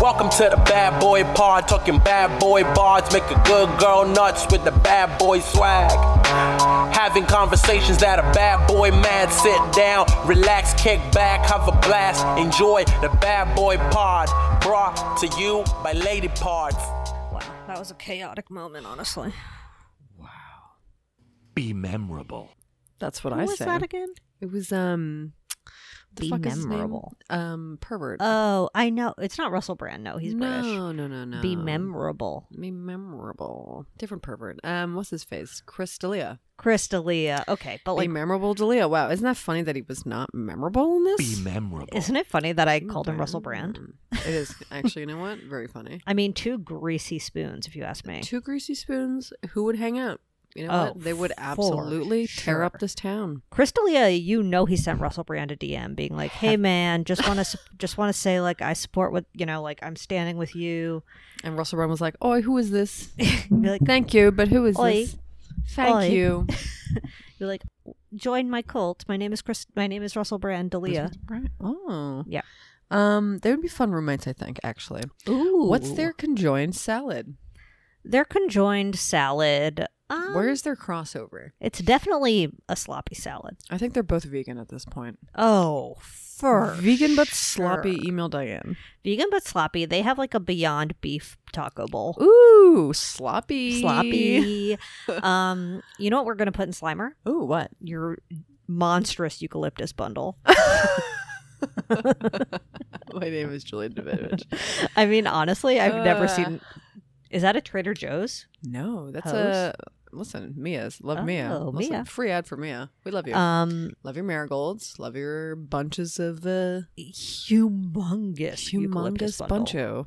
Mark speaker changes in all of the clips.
Speaker 1: Welcome to the bad boy pod, talking bad boy bards, make a good girl nuts with the bad boy swag. Having conversations that a bad boy mad, sit down, relax, kick back, have a blast, enjoy the bad boy pod, brought to you by Lady Parts.
Speaker 2: Wow, that was a chaotic moment, honestly.
Speaker 3: be memorable.
Speaker 4: That's what I
Speaker 2: was
Speaker 4: say.
Speaker 2: that again?
Speaker 4: It was um the
Speaker 2: Be
Speaker 4: fuck is his name?
Speaker 2: memorable.
Speaker 4: Um pervert.
Speaker 2: Oh, I know. It's not Russell Brand. No, he's
Speaker 4: no,
Speaker 2: British.
Speaker 4: no, no, no.
Speaker 2: Be memorable.
Speaker 4: Be memorable. Different pervert. Um what's his face? Chris D'Elia.
Speaker 2: Chris D'Elia. Okay, but
Speaker 4: Be
Speaker 2: like,
Speaker 4: memorable D'Elia. Wow, isn't that funny that he was not memorable in
Speaker 3: Be
Speaker 4: this?
Speaker 3: memorable.
Speaker 2: isn't it funny that I called him Russell Brand?
Speaker 4: Mm. It is actually, you know what? Very funny.
Speaker 2: I mean, two greasy spoons, if you ask me.
Speaker 4: Two greasy spoons, who would hang out? You know
Speaker 2: Oh,
Speaker 4: what? They would
Speaker 2: for
Speaker 4: absolutely tear
Speaker 2: sure.
Speaker 4: up this town.
Speaker 2: Chris D'Elia, you know, he sent Russell Brand a DM being like, "Hey, man, just want to just want to say like I support what you know, like I'm standing with you."
Speaker 4: And Russell Brand was like, Oi, who is this?
Speaker 2: Be like,
Speaker 4: Thank you, but who is
Speaker 2: Oi.
Speaker 4: this? Thank
Speaker 2: Oi.
Speaker 4: you.
Speaker 2: you're like, join my cult. My name is Chris. My name is Russell Brand D'Elia.
Speaker 4: Right. Oh.
Speaker 2: Yeah.
Speaker 4: Um, they would be fun roommates, I think, actually.
Speaker 2: Ooh,
Speaker 4: What's their conjoined salad?
Speaker 2: Their conjoined salad. Um,
Speaker 4: Where's their crossover?
Speaker 2: It's definitely a sloppy salad.
Speaker 4: I think they're both vegan at this point.
Speaker 2: Oh, for
Speaker 4: vegan but
Speaker 2: sure.
Speaker 4: sloppy email Diane.
Speaker 2: Vegan but sloppy. They have like a Beyond Beef taco bowl.
Speaker 4: Ooh, sloppy.
Speaker 2: Sloppy. um, you know what we're gonna put in Slimer?
Speaker 4: Ooh, what?
Speaker 2: Your monstrous eucalyptus bundle.
Speaker 4: My name is Julian Davidovich.
Speaker 2: I mean, honestly, I've never
Speaker 4: Uh.
Speaker 2: seen. Is that a Trader Joe's?
Speaker 4: No, that's
Speaker 2: Hose?
Speaker 4: a listen, Mia's. Love Mia.
Speaker 2: Oh,
Speaker 4: Listen,
Speaker 2: Mia.
Speaker 4: Free ad for Mia. We love you.
Speaker 2: Um,
Speaker 4: love your marigolds. Love your bunches of uh
Speaker 2: humongous, eucalyptus
Speaker 4: humongous
Speaker 2: bundle.
Speaker 4: buncho.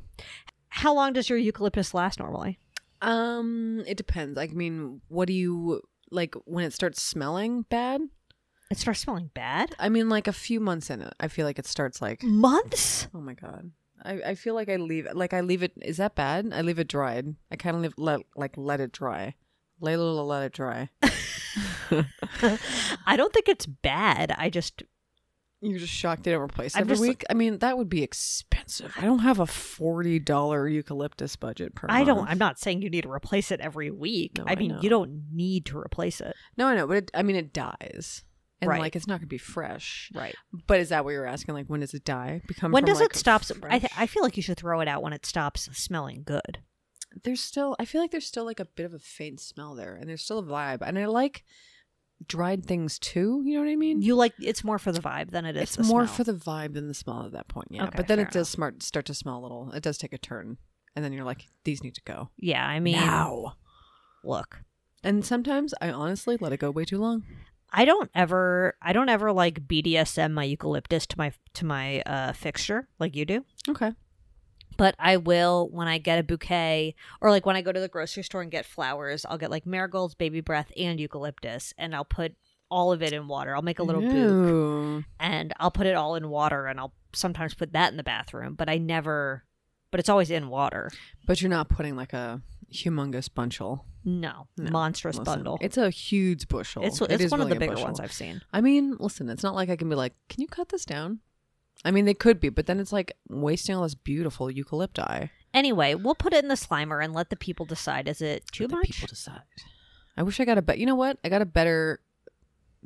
Speaker 2: How long does your eucalyptus last normally?
Speaker 4: Um, it depends. I mean, what do you like when it starts smelling bad?
Speaker 2: It starts smelling bad.
Speaker 4: I mean, like a few months in it, I feel like it starts like,
Speaker 2: Months.
Speaker 4: oh my god. I, I feel like I leave like I leave it. Is that bad? I leave it dried. I kind of leave let like let it dry. Lay little let it dry.
Speaker 2: I don't think it's bad. I just
Speaker 4: You're just shocked they don't replace
Speaker 2: I'm
Speaker 4: every
Speaker 2: just-
Speaker 4: week. I mean, that would be expensive. I don't have a forty dollar eucalyptus budget per.
Speaker 2: I don't.
Speaker 4: month.
Speaker 2: I'm not saying you need to replace it every week.
Speaker 4: No,
Speaker 2: I
Speaker 4: I
Speaker 2: mean,
Speaker 4: know.
Speaker 2: you don't need to replace it.
Speaker 4: No, I know, but it, I mean, it dies, and
Speaker 2: Right.
Speaker 4: like it's not gonna be fresh.
Speaker 2: Right.
Speaker 4: But is that what you're asking? Like, when does it die? Become
Speaker 2: when
Speaker 4: from,
Speaker 2: does
Speaker 4: like,
Speaker 2: it stop? I, th-
Speaker 4: fresh?
Speaker 2: I feel like you should throw it out when it stops smelling good.
Speaker 4: there's still I feel like there's still like a bit of a faint smell there and there's still a vibe and I like dried things too, you know what I mean?
Speaker 2: You like it's more for the vibe than it is.
Speaker 4: it's
Speaker 2: the
Speaker 4: more
Speaker 2: smell.
Speaker 4: for the vibe than the smell at that point, yeah.
Speaker 2: Okay,
Speaker 4: but then
Speaker 2: fair
Speaker 4: it does smart start to smell a little. It does take a turn. And then you're like, these need to go.
Speaker 2: Yeah, I mean,
Speaker 4: Now.
Speaker 2: look,
Speaker 4: And sometimes I honestly let it go way too long.
Speaker 2: I don't ever, I don't ever like BDSM my eucalyptus to my to my uh, fixture like you do.
Speaker 4: Okay.
Speaker 2: But I will when I get a bouquet or like when I go to the grocery store and get flowers, I'll get like marigolds, baby breath, and eucalyptus, and I'll put all of it in water. I'll make a little bouquet.
Speaker 4: Ew.
Speaker 2: and I'll put it all in water and I'll sometimes put that in the bathroom, but I never but it's always in water.
Speaker 4: But you're not putting like a humongous bunchel.
Speaker 2: No,
Speaker 4: No,
Speaker 2: monstrous
Speaker 4: Listen,
Speaker 2: bundle. It's
Speaker 4: It's a huge bushel.
Speaker 2: it's,
Speaker 4: It is
Speaker 2: one
Speaker 4: really
Speaker 2: of
Speaker 4: a
Speaker 2: the bigger
Speaker 4: bushel.
Speaker 2: ones I've seen.
Speaker 4: I mean, listen, it's not like I can be like, can you cut this down? I mean, they could be, but then it's like wasting all this beautiful eucalypti.
Speaker 2: Anyway, we'll put it in the slimer and let the people decide is it too
Speaker 4: Let the
Speaker 2: much?
Speaker 4: people decide. I wish I got a bet. You know what? I got a better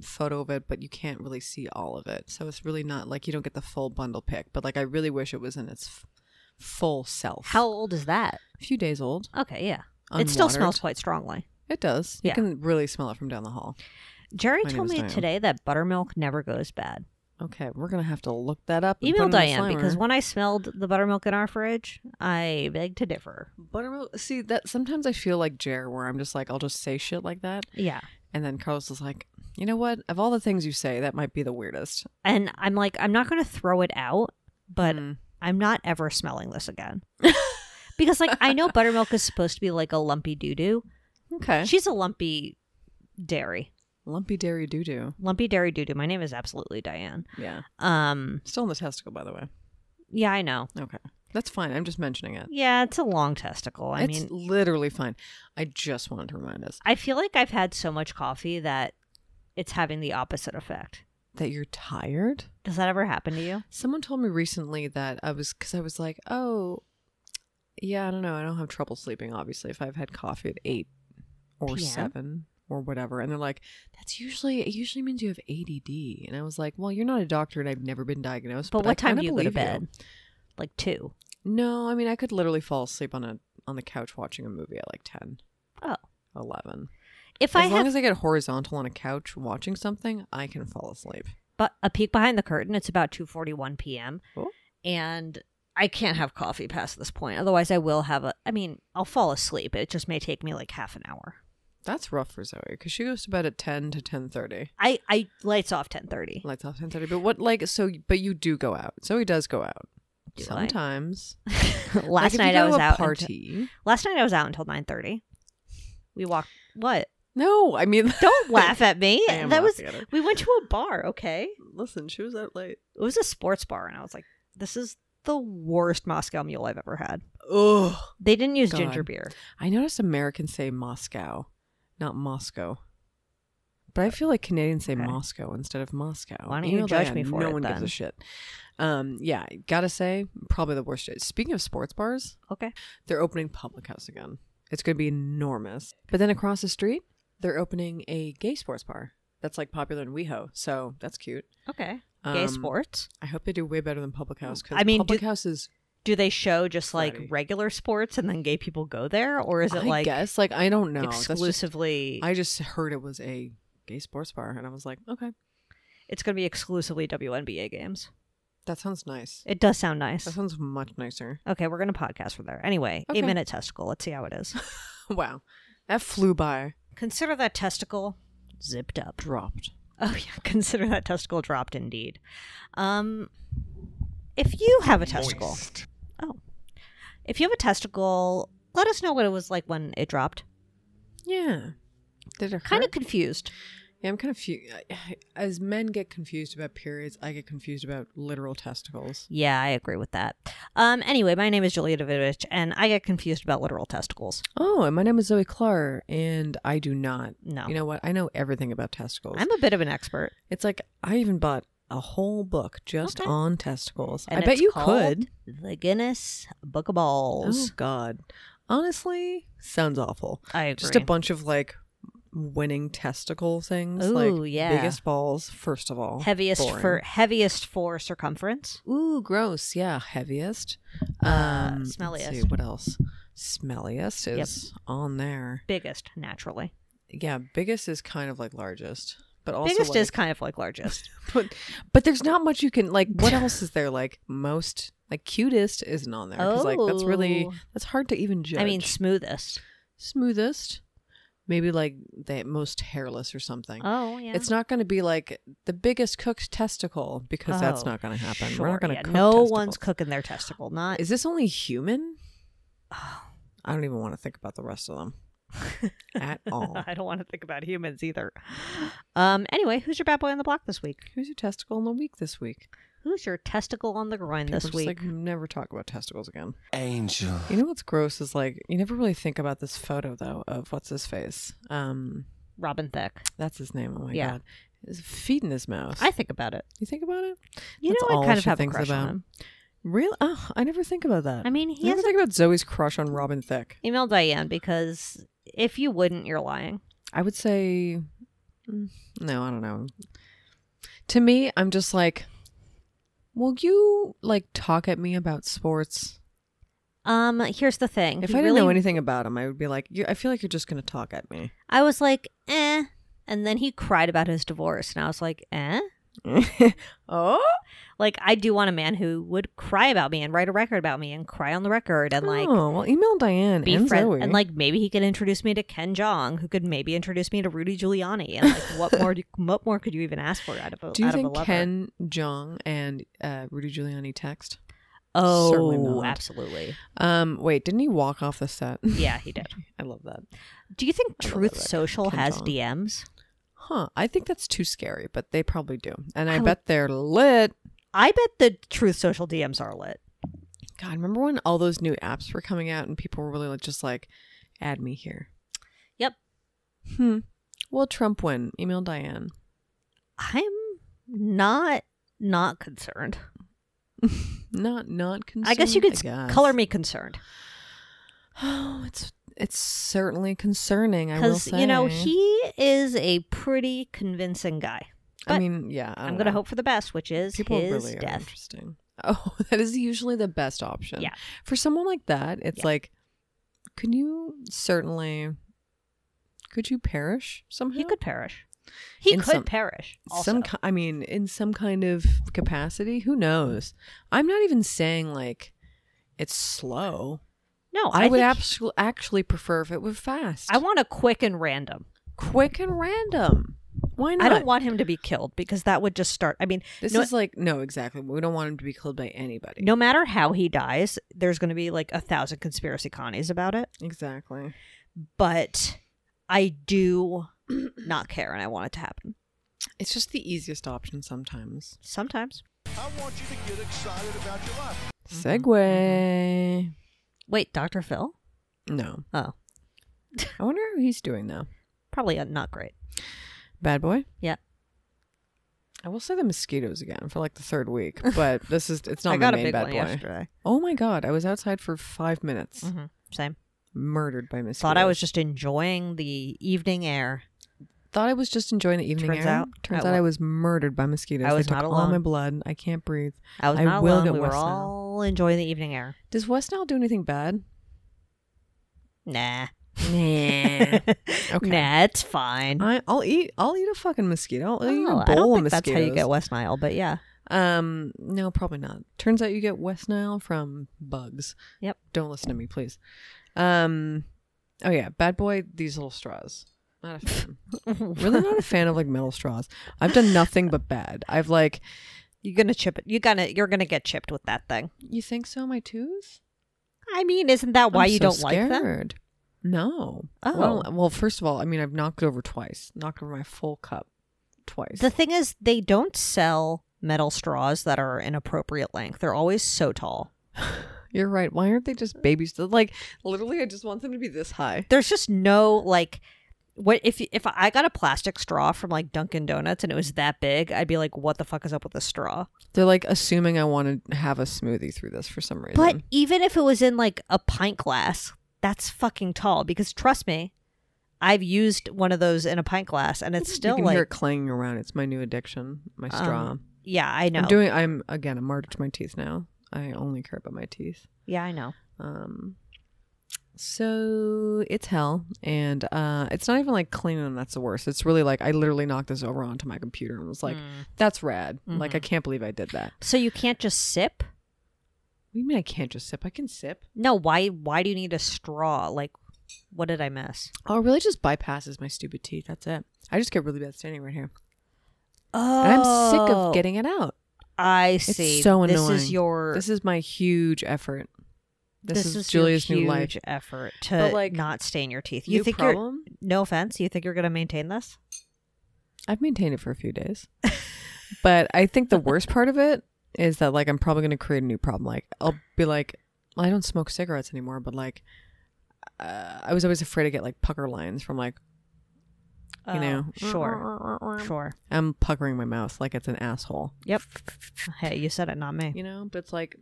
Speaker 4: photo of it, but you can't really see all of it, so it's really not like you don't get the full bundle pick. But like, I really wish it was in its f- full self.
Speaker 2: How old is that?
Speaker 4: A few days old.
Speaker 2: Okay, yeah. It still
Speaker 4: unwatered.
Speaker 2: smells quite strongly.
Speaker 4: It does. You
Speaker 2: Yeah.
Speaker 4: can really smell it from down the hall.
Speaker 2: Jerry
Speaker 4: My name
Speaker 2: told
Speaker 4: is
Speaker 2: me
Speaker 4: Diane.
Speaker 2: today that buttermilk never goes bad.
Speaker 4: Okay, we're gonna have to look that up. and
Speaker 2: Email
Speaker 4: put it in the
Speaker 2: Diane because
Speaker 4: slimer.
Speaker 2: when I smelled the buttermilk in our fridge, I beg to differ.
Speaker 4: buttermilk. See that sometimes I feel like Jer, where I'm just like, I'll just say shit like that.
Speaker 2: Yeah.
Speaker 4: And then Carlos is like, you know what? Of all the things you say, that might be the weirdest.
Speaker 2: And I'm like, I'm not going to throw it out, but
Speaker 4: Mm.
Speaker 2: I'm not ever smelling this again. because like I know buttermilk is supposed to be like a lumpy doo doo.
Speaker 4: Okay.
Speaker 2: She's a lumpy dairy.
Speaker 4: Lumpy dairy doo doo.
Speaker 2: Lumpy dairy doo doo. My name is absolutely Diane.
Speaker 4: Yeah.
Speaker 2: Um
Speaker 4: Still in the testicle, by the way.
Speaker 2: yeah, I know.
Speaker 4: Okay. That's fine. I'm just mentioning it.
Speaker 2: Yeah, it's a long testicle. I
Speaker 4: it's
Speaker 2: mean,
Speaker 4: literally fine. I just wanted to remind us
Speaker 2: I feel like I've had so much coffee that it's having the opposite effect.
Speaker 4: that you're tired.
Speaker 2: Does that ever happen to you?
Speaker 4: Someone told me recently that I was, because I was like, oh, yeah, I don't know. I don't have trouble sleeping, obviously, if I've had coffee at eight or
Speaker 2: PM?
Speaker 4: seven or whatever. And they're like, that's usually, it usually means you have ADD. And I was like, well, you're not a doctor and I've never been diagnosed.
Speaker 2: But
Speaker 4: I
Speaker 2: what time
Speaker 4: kinda
Speaker 2: do you go to
Speaker 4: believe
Speaker 2: bed? Like two.
Speaker 4: No, I mean, I could literally fall asleep on a on the couch watching a movie at like 10,
Speaker 2: Oh,
Speaker 4: 11.
Speaker 2: if
Speaker 4: as
Speaker 2: I
Speaker 4: long
Speaker 2: have
Speaker 4: as I get horizontal on a couch watching something, I can fall asleep.
Speaker 2: but a peek behind the curtain, it's about two forty one p.m.
Speaker 4: Oh.
Speaker 2: and I can't have coffee past this point. Otherwise, I will have a. I mean, I'll fall asleep. It just may take me like half an hour.
Speaker 4: That's rough for Zoe because she goes to bed at 10 to 10.30.
Speaker 2: I I lights off ten thirty.
Speaker 4: Lights off 10.30. But what, like, so, but you do go out. Zoe does go out.
Speaker 2: Do I?
Speaker 4: Sometimes. Like,
Speaker 2: last
Speaker 4: if you
Speaker 2: night
Speaker 4: go
Speaker 2: I
Speaker 4: to
Speaker 2: was
Speaker 4: a
Speaker 2: out. until-
Speaker 4: Party.
Speaker 2: last night I was out until nine thirty. We walked. What?
Speaker 4: No, I mean,
Speaker 2: Don't laugh at me.
Speaker 4: I am
Speaker 2: that was.
Speaker 4: laughing at her.
Speaker 2: We went to a bar. Okay.
Speaker 4: Listen, she was out late.
Speaker 2: It was a sports bar, and I was like, "This is the worst Moscow Mule I've ever had."
Speaker 4: Ugh.
Speaker 2: They didn't use
Speaker 4: God.
Speaker 2: ginger beer.
Speaker 4: I noticed Americans say Moscow, not Moscow. But I feel like Canadians say
Speaker 2: Okay.
Speaker 4: Moscow instead of Moscow.
Speaker 2: Why don't
Speaker 4: Even
Speaker 2: you
Speaker 4: though,
Speaker 2: judge me for
Speaker 4: no
Speaker 2: it
Speaker 4: one gives a
Speaker 2: then?
Speaker 4: shit. Um, yeah, gotta say, probably the worst. Speaking of sports bars,
Speaker 2: Okay.
Speaker 4: they're opening Public House again. It's gonna be enormous. But then across the street, they're opening a gay sports bar that's like popular in WeHo. So that's cute.
Speaker 2: Okay. Gay
Speaker 4: Um,
Speaker 2: sports.
Speaker 4: I hope they do way better than Public House because
Speaker 2: I mean,
Speaker 4: Public
Speaker 2: do-
Speaker 4: House is
Speaker 2: Do they show just like
Speaker 4: Friday.
Speaker 2: regular sports and then gay people go there, or is it
Speaker 4: I
Speaker 2: like
Speaker 4: guess like I don't know That's just-
Speaker 2: exclusively?
Speaker 4: I just heard it was a gay sports bar, and I was like, okay,
Speaker 2: It's going to be exclusively WNBA games.
Speaker 4: that sounds nice.
Speaker 2: It does sound nice.
Speaker 4: That sounds much nicer.
Speaker 2: Okay, we're gonna podcast from there. Anyway,
Speaker 4: Uh-huh. Okay.
Speaker 2: eight minute testicle. Let's see how it is.
Speaker 4: Wow, that flew by,
Speaker 2: Consider that testicle zipped up.
Speaker 4: dropped.
Speaker 2: Oh yeah, consider that testicle dropped indeed. Um if you have a testicle. Oh. If you have a testicle, let us know what it was like when it dropped.
Speaker 4: Yeah, did it
Speaker 2: Kind of
Speaker 4: hurt?
Speaker 2: confused.
Speaker 4: Yeah, I'm kind of. Fu- As men get confused about periods, I get confused about literal testicles.
Speaker 2: Yeah, I agree with that. Um anyway, my name is Julia Davidovich and I get confused about literal testicles.
Speaker 4: Oh, and my name is Zoe Clark, and I do not.
Speaker 2: No.
Speaker 4: You know what? I know everything about testicles.
Speaker 2: I'm a bit of an expert.
Speaker 4: it's like I even bought a whole book just
Speaker 2: Okay.
Speaker 4: on testicles.
Speaker 2: And
Speaker 4: I bet
Speaker 2: it's
Speaker 4: you
Speaker 2: called
Speaker 4: could.
Speaker 2: The Guinness Book of Balls.
Speaker 4: Oh God! Honestly, sounds awful.
Speaker 2: I agree.
Speaker 4: Just a bunch of like winning testicle things.
Speaker 2: Ooh,
Speaker 4: like
Speaker 2: yeah.
Speaker 4: Biggest balls, first of all.
Speaker 2: heaviest
Speaker 4: Boring.
Speaker 2: for heaviest for circumference.
Speaker 4: Ooh, gross. Yeah, heaviest. Um,
Speaker 2: Uh,
Speaker 4: let's see,
Speaker 2: smelliest.
Speaker 4: what else? Smelliest
Speaker 2: Yep.
Speaker 4: is on there.
Speaker 2: biggest naturally
Speaker 4: Yeah, biggest is kind of like largest, but also
Speaker 2: biggest
Speaker 4: like,
Speaker 2: is kind of like largest
Speaker 4: But, but there's not much you can like. What else is there? Like most, like cutest isn't on there because like that's really
Speaker 2: Oh.
Speaker 4: that's hard to even judge.
Speaker 2: i mean smoothest
Speaker 4: smoothest maybe like the most hairless or something
Speaker 2: oh yeah
Speaker 4: it's not going to be like the biggest cooked testicle because that's
Speaker 2: Oh,
Speaker 4: not going to happen
Speaker 2: sure,
Speaker 4: we're not going to
Speaker 2: yeah.
Speaker 4: cook
Speaker 2: no
Speaker 4: testicles.
Speaker 2: one's cooking their testicle not
Speaker 4: is this only human
Speaker 2: Oh.
Speaker 4: i don't even want to think about the rest of them at all
Speaker 2: i don't want to think about humans either um anyway who's your bad boy on the block this week
Speaker 4: who's your testicle in the week this week
Speaker 2: who's your testicle on the groin
Speaker 4: People
Speaker 2: this
Speaker 4: just,
Speaker 2: week
Speaker 4: like never talk about testicles again
Speaker 1: Angel.
Speaker 4: you know what's gross is like you never really think about this photo though of what's his face um
Speaker 2: robin thicke
Speaker 4: that's his name oh my
Speaker 2: Yeah.
Speaker 4: god his feet in his mouth
Speaker 2: i think about it
Speaker 4: you think about it
Speaker 2: you
Speaker 4: That's
Speaker 2: know
Speaker 4: all
Speaker 2: i kind of
Speaker 4: she
Speaker 2: have a
Speaker 4: thinks
Speaker 2: crush
Speaker 4: about.
Speaker 2: on him
Speaker 4: Real? Oh, I never think about that.
Speaker 2: i mean he
Speaker 4: I
Speaker 2: has
Speaker 4: never
Speaker 2: a
Speaker 4: think about Zoe's crush on Robin Thicke.
Speaker 2: email diane because if you wouldn't you're lying
Speaker 4: I would say, mm, no, I don't know. To me, I'm just like, will you like talk at me about sports?
Speaker 2: um here's the thing
Speaker 4: If
Speaker 2: He
Speaker 4: I didn't know
Speaker 2: really-
Speaker 4: anything about him, I would be like, you I feel like you're just gonna talk at me.
Speaker 2: I was like, eh. And then he cried about his divorce. And I was like, eh?
Speaker 4: oh,
Speaker 2: Like, I do want a man who would cry about me and write a record about me and cry on the record and, like,
Speaker 4: oh, well, email Diane
Speaker 2: be
Speaker 4: and
Speaker 2: friends.
Speaker 4: Zoe.
Speaker 2: And, like, maybe he could introduce me to Ken Jong, who could maybe introduce me to Rudy Giuliani. And, like, what more, do, what more could you even ask for out of a,
Speaker 4: do you
Speaker 2: out of a
Speaker 4: think
Speaker 2: lover?
Speaker 4: Ken Jong and uh, Rudy Giuliani text? Certainly
Speaker 2: oh,
Speaker 4: not.
Speaker 2: absolutely.
Speaker 4: Um, wait, didn't he walk off the set?
Speaker 2: Yeah, he did.
Speaker 4: I love that.
Speaker 2: Do you think
Speaker 4: I love
Speaker 2: Truth
Speaker 4: that record,
Speaker 2: Social
Speaker 4: Ken
Speaker 2: has
Speaker 4: Jong.
Speaker 2: DMs?
Speaker 4: Huh. I think that's too scary, but they probably do. And I,
Speaker 2: I would-
Speaker 4: bet they're lit.
Speaker 2: I bet the Truth Social DMs are lit.
Speaker 4: God, remember when all those new apps were coming out and people were really like, just like, add me here?
Speaker 2: Yep.
Speaker 4: Hmm. Will Trump win? Email Diane.
Speaker 2: I'm not not concerned.
Speaker 4: Not, not concerned.
Speaker 2: I guess you could s- color me concerned.
Speaker 4: Oh, it's it's certainly concerning. I will
Speaker 2: Because,
Speaker 4: say.
Speaker 2: you know, he is a pretty convincing guy.
Speaker 4: I
Speaker 2: but
Speaker 4: mean, yeah. I
Speaker 2: I'm
Speaker 4: don't
Speaker 2: going to
Speaker 4: know.
Speaker 2: hope for the best, which is
Speaker 4: Oh, people
Speaker 2: his
Speaker 4: really are
Speaker 2: death.
Speaker 4: interesting. Oh, that is usually the best option.
Speaker 2: Yeah.
Speaker 4: For someone like that, it's
Speaker 2: Yeah.
Speaker 4: like, could you certainly? Could you perish somehow?
Speaker 2: He could perish. He
Speaker 4: Mm-hmm. In
Speaker 2: could
Speaker 4: some-
Speaker 2: perish. Also.
Speaker 4: some ki- i mean in some kind of capacity who knows i'm not even saying like it's slow
Speaker 2: no,
Speaker 4: i, would
Speaker 2: think-
Speaker 4: actually actually prefer if it were fast
Speaker 2: I want a quick and random.
Speaker 4: quick and random why not
Speaker 2: I don't want him to be killed because that would just start. I mean,
Speaker 4: this
Speaker 2: no,
Speaker 4: is like no exactly we don't want him to be killed by anybody
Speaker 2: no matter how he dies, there's going to be like a thousand conspiracy connies about it.
Speaker 4: exactly
Speaker 2: But I do not care, and I want it to happen.
Speaker 4: it's just the easiest option sometimes
Speaker 2: Sometimes.
Speaker 1: I want you to get excited about your life.
Speaker 4: segway
Speaker 2: Wait, Doctor Phil?
Speaker 4: Mm-hmm, no
Speaker 2: Oh,
Speaker 4: i wonder how he's doing though
Speaker 2: probably uh, not great.
Speaker 4: bad boy
Speaker 2: Yeah,
Speaker 4: i will say the mosquitoes again for like the third week but this is it's not
Speaker 2: I
Speaker 4: my
Speaker 2: got a
Speaker 4: main
Speaker 2: big
Speaker 4: bad
Speaker 2: one
Speaker 4: boy
Speaker 2: yesterday.
Speaker 4: Oh my god, I was outside for five minutes,
Speaker 2: hmm Same.
Speaker 4: murdered by mosquitoes.
Speaker 2: Thought I was just enjoying the evening air.
Speaker 4: thought I was just enjoying the evening
Speaker 2: Turns
Speaker 4: air.
Speaker 2: out-
Speaker 4: turns
Speaker 2: I
Speaker 4: out I
Speaker 2: wa-
Speaker 4: was murdered by mosquitoes.
Speaker 2: I was
Speaker 4: they
Speaker 2: not
Speaker 4: took all
Speaker 2: alone.
Speaker 4: my blood. I can't breathe.
Speaker 2: I was
Speaker 4: I
Speaker 2: not
Speaker 4: will
Speaker 2: alone.
Speaker 4: get
Speaker 2: We were
Speaker 4: West Nile.
Speaker 2: all enjoying the evening air.
Speaker 4: Does West Nile do anything bad?
Speaker 2: Nah.
Speaker 4: Nah. Okay.
Speaker 2: Nah, it's fine.
Speaker 4: I, I'll eat. I'll eat a fucking mosquito. I'll eat
Speaker 2: Oh, I
Speaker 4: a bowl
Speaker 2: don't
Speaker 4: of
Speaker 2: think
Speaker 4: mosquitoes.
Speaker 2: that's how you get West Nile, but yeah.
Speaker 4: Um, no, probably not. Turns out you get West Nile from bugs.
Speaker 2: Yep.
Speaker 4: Don't listen to me, please. Um, oh yeah, bad boy. These little straws. Not a fan. really not a fan of like metal straws. I've done nothing but bad. I've like
Speaker 2: You're gonna chip it. You're gonna you're gonna get chipped with that thing.
Speaker 4: You think so? My tooth?
Speaker 2: I mean, isn't that why
Speaker 4: I'm
Speaker 2: you
Speaker 4: so
Speaker 2: don't like them?
Speaker 4: scared. No.
Speaker 2: Oh.
Speaker 4: Well, well, first of all, I mean, I've knocked it over twice. Knocked over my full cup twice.
Speaker 2: The thing is, they don't sell metal straws that are an appropriate length. They're always so tall.
Speaker 4: You're right. Why aren't they just babies? They're Like, literally, I just want them to be this high.
Speaker 2: There's just no like. What if if I got a plastic straw from like Dunkin' Donuts and it was that big? I'd be like, "What the fuck is up with this straw?"
Speaker 4: They're like assuming I want to have a smoothie through this for some reason.
Speaker 2: But even if it was in like a pint glass, that's fucking tall. Because trust me, I've used one of those in a pint glass, and it's
Speaker 4: you
Speaker 2: still
Speaker 4: can
Speaker 2: like,
Speaker 4: hear it clanging around. It's my new addiction. My straw.
Speaker 2: um, yeah, I know.
Speaker 4: I'm doing. I'm again. I'm martyred to my teeth now. I only care about my teeth.
Speaker 2: yeah, I know.
Speaker 4: Um, so it's hell, and uh, it's not even like cleaning. That's the worst. It's really like I literally knocked this over onto my computer and was like, "That's rad." Like I can't believe I did that.
Speaker 2: So you can't just sip?
Speaker 4: What do you mean I can't just sip? I can sip.
Speaker 2: No. Why? Why do you need a straw? Like, what did I miss?
Speaker 4: Oh, it really? Just bypasses my stupid teeth. That's it. I just get really bad standing right here,
Speaker 2: Oh,
Speaker 4: and I'm sick of getting it out.
Speaker 2: I
Speaker 4: It's
Speaker 2: see.
Speaker 4: so annoying.
Speaker 2: This is your.
Speaker 4: This is my huge effort. This, is,
Speaker 2: your
Speaker 4: Julia's new
Speaker 2: huge
Speaker 4: life.
Speaker 2: effort to
Speaker 4: But, like,
Speaker 2: not stain your teeth. You
Speaker 4: new
Speaker 2: think
Speaker 4: problem?
Speaker 2: you're no offense. You think you're gonna maintain this?
Speaker 4: I've maintained it for a few days. but I think the worst part of it is that like I'm probably going to create a new problem. Like I'll be like I don't smoke cigarettes anymore, but like uh, I was always afraid to get like pucker lines from like
Speaker 2: You
Speaker 4: know.
Speaker 2: Oh, sure, sure.
Speaker 4: I'm puckering my mouth like it's an asshole,
Speaker 2: Yep. Hey, you said it, not me.
Speaker 4: you know. But it's like,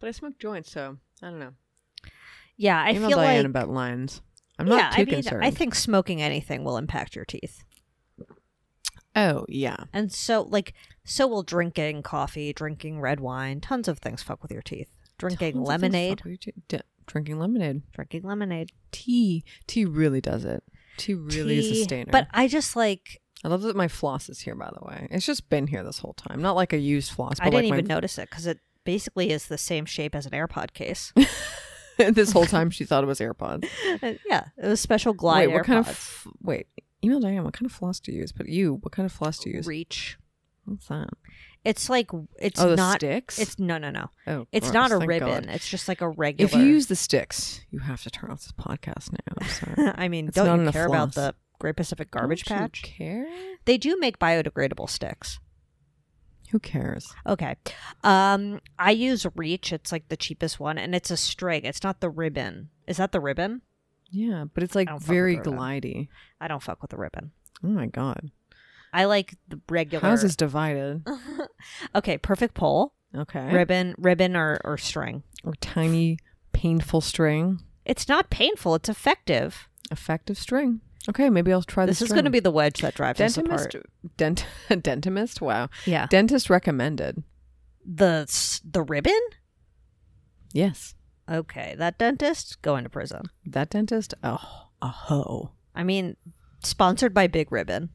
Speaker 4: but I smoke joints, so I don't know.
Speaker 2: Yeah, I
Speaker 4: Email
Speaker 2: feel
Speaker 4: Diane
Speaker 2: like
Speaker 4: about lines. I'm
Speaker 2: yeah,
Speaker 4: not too
Speaker 2: I mean,
Speaker 4: concerned.
Speaker 2: I think smoking anything will impact your teeth,
Speaker 4: oh yeah,
Speaker 2: and so like so will drinking coffee, drinking red wine, tons of things fuck with your teeth. Drinking
Speaker 4: Tons of things
Speaker 2: lemonade,
Speaker 4: fuck with your te- drinking lemonade,
Speaker 2: drinking lemonade,
Speaker 4: tea. Tea really does it. Tea really is
Speaker 2: tea.
Speaker 4: a stainer.
Speaker 2: But I just like
Speaker 4: I love that my floss is here, by the way. It's just been here this whole time. Not like a used floss, but
Speaker 2: I didn't
Speaker 4: like
Speaker 2: even
Speaker 4: my,
Speaker 2: notice it because it basically is the same shape as an AirPod case.
Speaker 4: this whole time she thought it was AirPods.
Speaker 2: Uh, yeah, it was special glide.
Speaker 4: wait, what kind of
Speaker 2: AirPods.
Speaker 4: f- wait? Email Diane, what kind of floss do you use? But you, what kind of floss do you use?
Speaker 2: reach?
Speaker 4: What's that?
Speaker 2: It's like it's
Speaker 4: Oh, the
Speaker 2: not
Speaker 4: sticks?
Speaker 2: It's no, no, no.
Speaker 4: Oh,
Speaker 2: It's
Speaker 4: gross.
Speaker 2: not a
Speaker 4: Thank
Speaker 2: ribbon.
Speaker 4: God.
Speaker 2: It's just like a regular.
Speaker 4: If you use the sticks, you have to turn off this podcast now. I'm sorry.
Speaker 2: I mean,
Speaker 4: It's not
Speaker 2: don't you
Speaker 4: enough
Speaker 2: care about
Speaker 4: floss.
Speaker 2: the Great Pacific Garbage
Speaker 4: Don't you
Speaker 2: Patch?
Speaker 4: care?
Speaker 2: They do make biodegradable sticks.
Speaker 4: Who cares?
Speaker 2: Okay. Um I use Reach. It's like the cheapest one and it's a string. It's not the ribbon. Is that the ribbon?
Speaker 4: Yeah, but it's
Speaker 2: I don't
Speaker 4: like
Speaker 2: fuck with
Speaker 4: very
Speaker 2: her, though.
Speaker 4: glidey.
Speaker 2: I don't fuck with the ribbon.
Speaker 4: Oh my god,
Speaker 2: I like the regular
Speaker 4: how's this divided?
Speaker 2: Okay, perfect pole.
Speaker 4: Okay,
Speaker 2: Ribbon, ribbon or or string.
Speaker 4: or tiny painful string.
Speaker 2: It's not painful. It's effective.
Speaker 4: Effective string. Okay, maybe I'll try
Speaker 2: This
Speaker 4: the
Speaker 2: is going to
Speaker 4: string.
Speaker 2: be the wedge that drives us
Speaker 4: dentimist.
Speaker 2: apart.
Speaker 4: Dent, dentimist. Wow.
Speaker 2: Yeah.
Speaker 4: Dentist recommended.
Speaker 2: The s- the ribbon.
Speaker 4: Yes.
Speaker 2: Okay, that dentist going to prison.
Speaker 4: That dentist. Oh, a hoe.
Speaker 2: I mean, sponsored by Big Ribbon.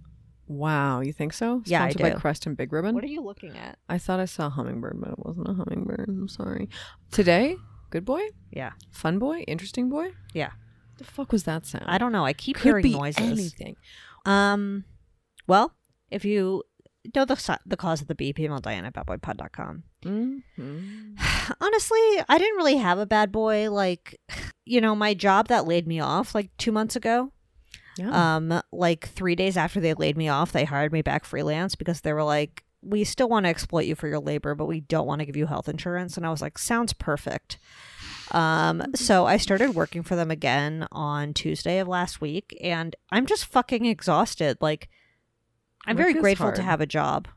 Speaker 4: Wow. You think so?
Speaker 2: Yeah, I
Speaker 4: Sponsored by
Speaker 2: do.
Speaker 4: Crest and Big Ribbon.
Speaker 2: are you looking at?
Speaker 4: I thought I saw a hummingbird, but it wasn't a hummingbird. I'm sorry. Today, good boy,
Speaker 2: Yeah,
Speaker 4: fun boy, interesting boy.
Speaker 2: yeah.
Speaker 4: The fuck was that sound?
Speaker 2: I don't know. I keep
Speaker 4: Could
Speaker 2: hearing
Speaker 4: be
Speaker 2: noises.
Speaker 4: Anything.
Speaker 2: Um, well, if you know the si- the cause of the beep, email Diana at badboypod.com.
Speaker 4: Mhm.
Speaker 2: Honestly, I didn't really have a bad boy. Like, you know, my job that laid me off like two months ago.
Speaker 4: Yeah.
Speaker 2: Um, like three days after they laid me off, they hired me back freelance because they were like, "We still want to exploit you for your labor, but we don't want to give you health insurance." And I was like, "Sounds perfect." Um, so I started working for them again on Tuesday of last week, and I'm just fucking exhausted. Like, I'm
Speaker 4: Work
Speaker 2: very
Speaker 4: is
Speaker 2: grateful to
Speaker 4: hard.
Speaker 2: have a job,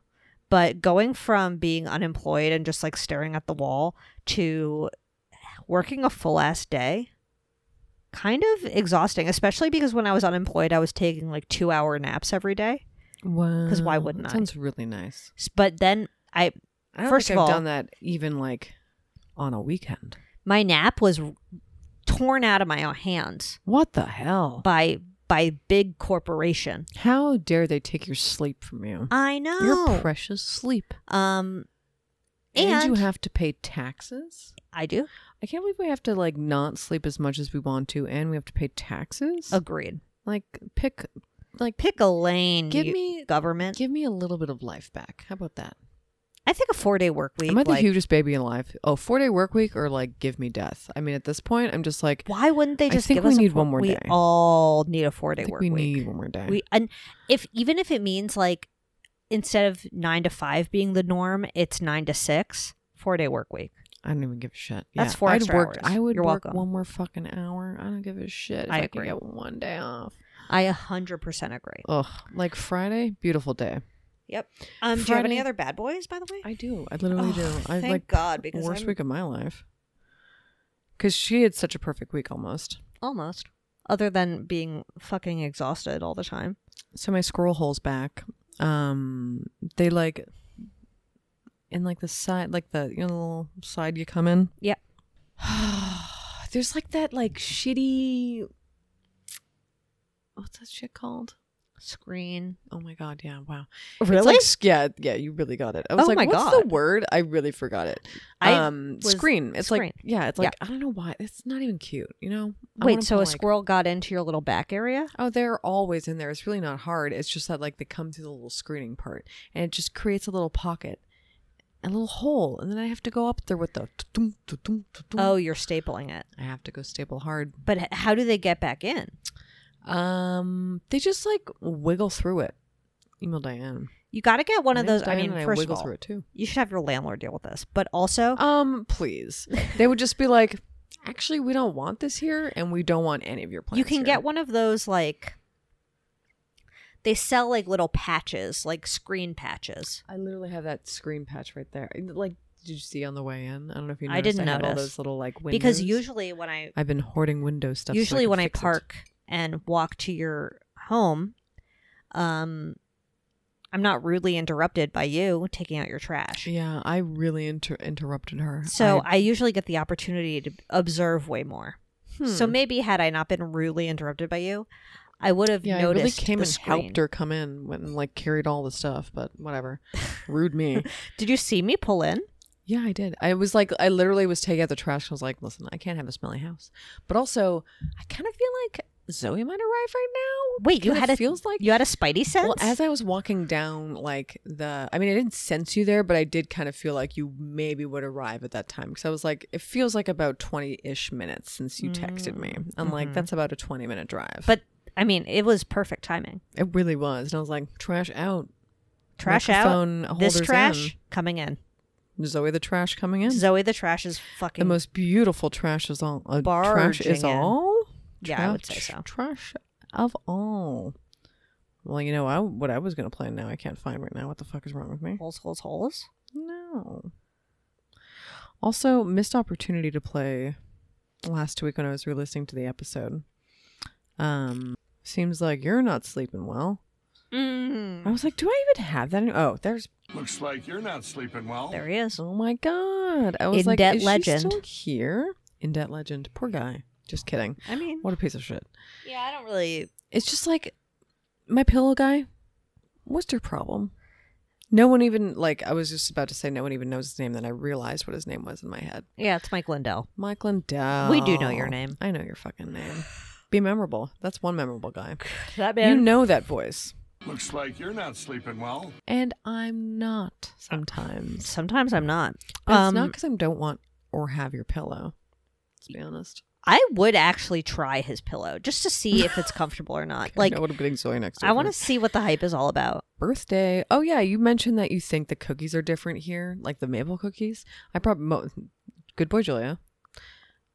Speaker 2: but going from being unemployed and just like staring at the wall to working a full ass day kind of exhausting, especially because when I was unemployed, I was taking like two hour naps every day.
Speaker 4: wow.
Speaker 2: 'cause why wouldn't
Speaker 4: That
Speaker 2: I?
Speaker 4: Sounds really nice.
Speaker 2: S- But then I,
Speaker 4: I don't
Speaker 2: First
Speaker 4: think
Speaker 2: of
Speaker 4: I've
Speaker 2: all-
Speaker 4: done that even like on a weekend.
Speaker 2: my nap was torn out of my own hands
Speaker 4: What the hell?
Speaker 2: by by big corporation.
Speaker 4: How dare they take your sleep from you?
Speaker 2: I know.
Speaker 4: Your precious sleep.
Speaker 2: um,
Speaker 4: And,
Speaker 2: and
Speaker 4: you have to pay taxes.
Speaker 2: I do
Speaker 4: I can't believe we have to like not sleep as much as we want to, and we have to pay taxes.
Speaker 2: agreed.
Speaker 4: like pick, like
Speaker 2: Pick a lane.
Speaker 4: Give
Speaker 2: you
Speaker 4: me-
Speaker 2: government.
Speaker 4: Give me a little bit of life back. How about that?
Speaker 2: I think a four day work week.
Speaker 4: Am I the
Speaker 2: like,
Speaker 4: hugest baby alive? Oh, four day work week or like give me death? I mean, at this point, I'm just like,
Speaker 2: Why wouldn't they
Speaker 4: I
Speaker 2: just
Speaker 4: think
Speaker 2: give
Speaker 4: we
Speaker 2: us a
Speaker 4: need
Speaker 2: four-
Speaker 4: one more
Speaker 2: we
Speaker 4: day.
Speaker 2: all need a four
Speaker 4: I
Speaker 2: day
Speaker 4: think
Speaker 2: work
Speaker 4: we
Speaker 2: week.
Speaker 4: need one more day.
Speaker 2: We and if even if it means like instead of nine to five being the norm, it's nine to six, four day work week.
Speaker 4: I don't even give a shit.
Speaker 2: That's
Speaker 4: Yeah,
Speaker 2: four
Speaker 4: I'd
Speaker 2: extra hours.
Speaker 4: work, I would
Speaker 2: You're
Speaker 4: work
Speaker 2: welcome.
Speaker 4: one more fucking hour. I don't give a shit. If
Speaker 2: I
Speaker 4: I, could
Speaker 2: agree.
Speaker 4: get one day off.
Speaker 2: I a hundred percent agree.
Speaker 4: Ugh, like Friday, beautiful day.
Speaker 2: Yep. Um, do you have any
Speaker 4: Friday-
Speaker 2: other bad boys, by the way?
Speaker 4: I do. I literally
Speaker 2: Oh,
Speaker 4: do. I
Speaker 2: thank
Speaker 4: like
Speaker 2: God, because
Speaker 4: worst
Speaker 2: I'm-
Speaker 4: week of my life. Because she had such a perfect week almost.
Speaker 2: Almost. Other than being fucking exhausted all the time.
Speaker 4: So my squirrel hole's back. Um, they like in like the side, like the you know the little side you come in.
Speaker 2: Yep.
Speaker 4: There's like that like shitty. What's that shit called?
Speaker 2: Screen.
Speaker 4: Oh my god! Yeah, wow. It's
Speaker 2: Really?
Speaker 4: like s- yeah, yeah. You really got it. I was
Speaker 2: Oh
Speaker 4: like,
Speaker 2: my
Speaker 4: what's the
Speaker 2: God.
Speaker 4: word? I really forgot it.
Speaker 2: I
Speaker 4: um,
Speaker 2: was-
Speaker 4: screen. It's like
Speaker 2: screen.
Speaker 4: yeah. It's
Speaker 2: Yeah.
Speaker 4: like I don't know why. It's not even cute. You know. I
Speaker 2: Wait,
Speaker 4: wanna
Speaker 2: so
Speaker 4: put,
Speaker 2: a
Speaker 4: like-
Speaker 2: squirrel got into your little back area?
Speaker 4: Oh, they're always in there. It's really not hard. It's just that like they come through the little screening part, and it just creates a little pocket, a little hole, and then I have to go up there with the. tu-tum, tu-tum, tu-tum.
Speaker 2: Oh, you're stapling it.
Speaker 4: I have to go staple hard.
Speaker 2: But h- how do they get back in?
Speaker 4: Um, they just like wiggle through it. Email Diane.
Speaker 2: You got to get one of
Speaker 4: know
Speaker 2: those. I
Speaker 4: Diane
Speaker 2: mean,
Speaker 4: and
Speaker 2: first of
Speaker 4: wiggle
Speaker 2: all,
Speaker 4: through it too.
Speaker 2: you should have your landlord deal with this. But also,
Speaker 4: Um, please. they would just be like, actually, we don't want this here, and we don't want any of your plants.
Speaker 2: you can
Speaker 4: here."
Speaker 2: get one of those like they sell like little patches, like screen patches.
Speaker 4: I literally have that screen patch right there. Like, did you see on the way in? I don't know if you.
Speaker 2: I
Speaker 4: Noticed.
Speaker 2: didn't
Speaker 4: had all
Speaker 2: notice.
Speaker 4: those little like windows.
Speaker 2: Because usually when I
Speaker 4: I've been hoarding window stuff. so
Speaker 2: usually
Speaker 4: can
Speaker 2: when I
Speaker 4: fix it.
Speaker 2: park and walk to your home, um I'm not rudely interrupted by you taking out your trash.
Speaker 4: Yeah, I really inter- interrupted her.
Speaker 2: So I, usually get the opportunity to observe way more.
Speaker 4: Hmm.
Speaker 2: So maybe had I not been rudely interrupted by you, I would have
Speaker 4: yeah, I
Speaker 2: noticed
Speaker 4: really came
Speaker 2: the
Speaker 4: and
Speaker 2: screen.
Speaker 4: helped her come in went and like carried all the stuff, but whatever. Rude me.
Speaker 2: Did you see me pull in?
Speaker 4: Yeah, I did. I was like, I literally was taking out the trash. I was like, listen, I can't have a smelly house. But also, I kind of feel like Zoe might arrive right now.
Speaker 2: Wait, you
Speaker 4: Kinda
Speaker 2: had a
Speaker 4: feels like
Speaker 2: you had a spidey sense.
Speaker 4: Well, as I was walking down, like the, I mean, I didn't sense you there, but I did kind of feel like you maybe would arrive at that time because I was like, it feels like about twenty-ish minutes since you texted me. I'm like, that's about a twenty-minute drive.
Speaker 2: Mm, mm-hmm. But I mean, it was perfect timing.
Speaker 4: it really was, and I was like, trash out,
Speaker 2: Trash
Speaker 4: Microphone
Speaker 2: out. This
Speaker 4: holders
Speaker 2: trash coming in.
Speaker 4: Zoe the trash coming in.
Speaker 2: Zoe the trash is fucking.
Speaker 4: the most beautiful trash is all. Uh, trash
Speaker 2: Barging
Speaker 4: is
Speaker 2: in.
Speaker 4: all.
Speaker 2: Yeah, I would say
Speaker 4: Trash-
Speaker 2: so.
Speaker 4: Trash of all. Well, you know, I, what I was gonna plan now, I can't find right now. What the fuck is wrong with me?
Speaker 2: holes, holes, holes.
Speaker 4: No. Also, missed opportunity to play last week when I was re-listening to the episode. Um, seems like you're not sleeping well. I was like, do I even have that? In- oh, there's.
Speaker 1: Looks like you're not sleeping well.
Speaker 2: There he is.
Speaker 4: Oh my god! I was
Speaker 2: In
Speaker 4: like,
Speaker 2: Debt
Speaker 4: is
Speaker 2: Legend.
Speaker 4: she still here? In debt legend. Poor guy. Just kidding.
Speaker 2: I mean,
Speaker 4: What a piece of shit.
Speaker 2: yeah, I don't really.
Speaker 4: It's just like my pillow guy. What's their problem? No one even like. I was just about to say no one even knows his name. Then I realized what his name was in my head.
Speaker 2: Yeah, it's Mike Lindell.
Speaker 4: Mike Lindell.
Speaker 2: We do know your name.
Speaker 4: I know your fucking name. Be memorable. That's one memorable guy.
Speaker 2: That
Speaker 4: You know that voice.
Speaker 1: Looks like you're not sleeping well.
Speaker 4: And I'm not sometimes.
Speaker 2: Sometimes I'm not. Um,
Speaker 4: But it's not because I don't want or have your pillow. Let's be honest.
Speaker 2: I would actually try his pillow just to see if it's comfortable or not. Like,
Speaker 4: I know what I'm getting Zoe next.
Speaker 2: I want to see what the hype is all about.
Speaker 4: birthday. Oh yeah, you mentioned that you think the cookies are different here, like the maple cookies. I brought mo- good boy Julia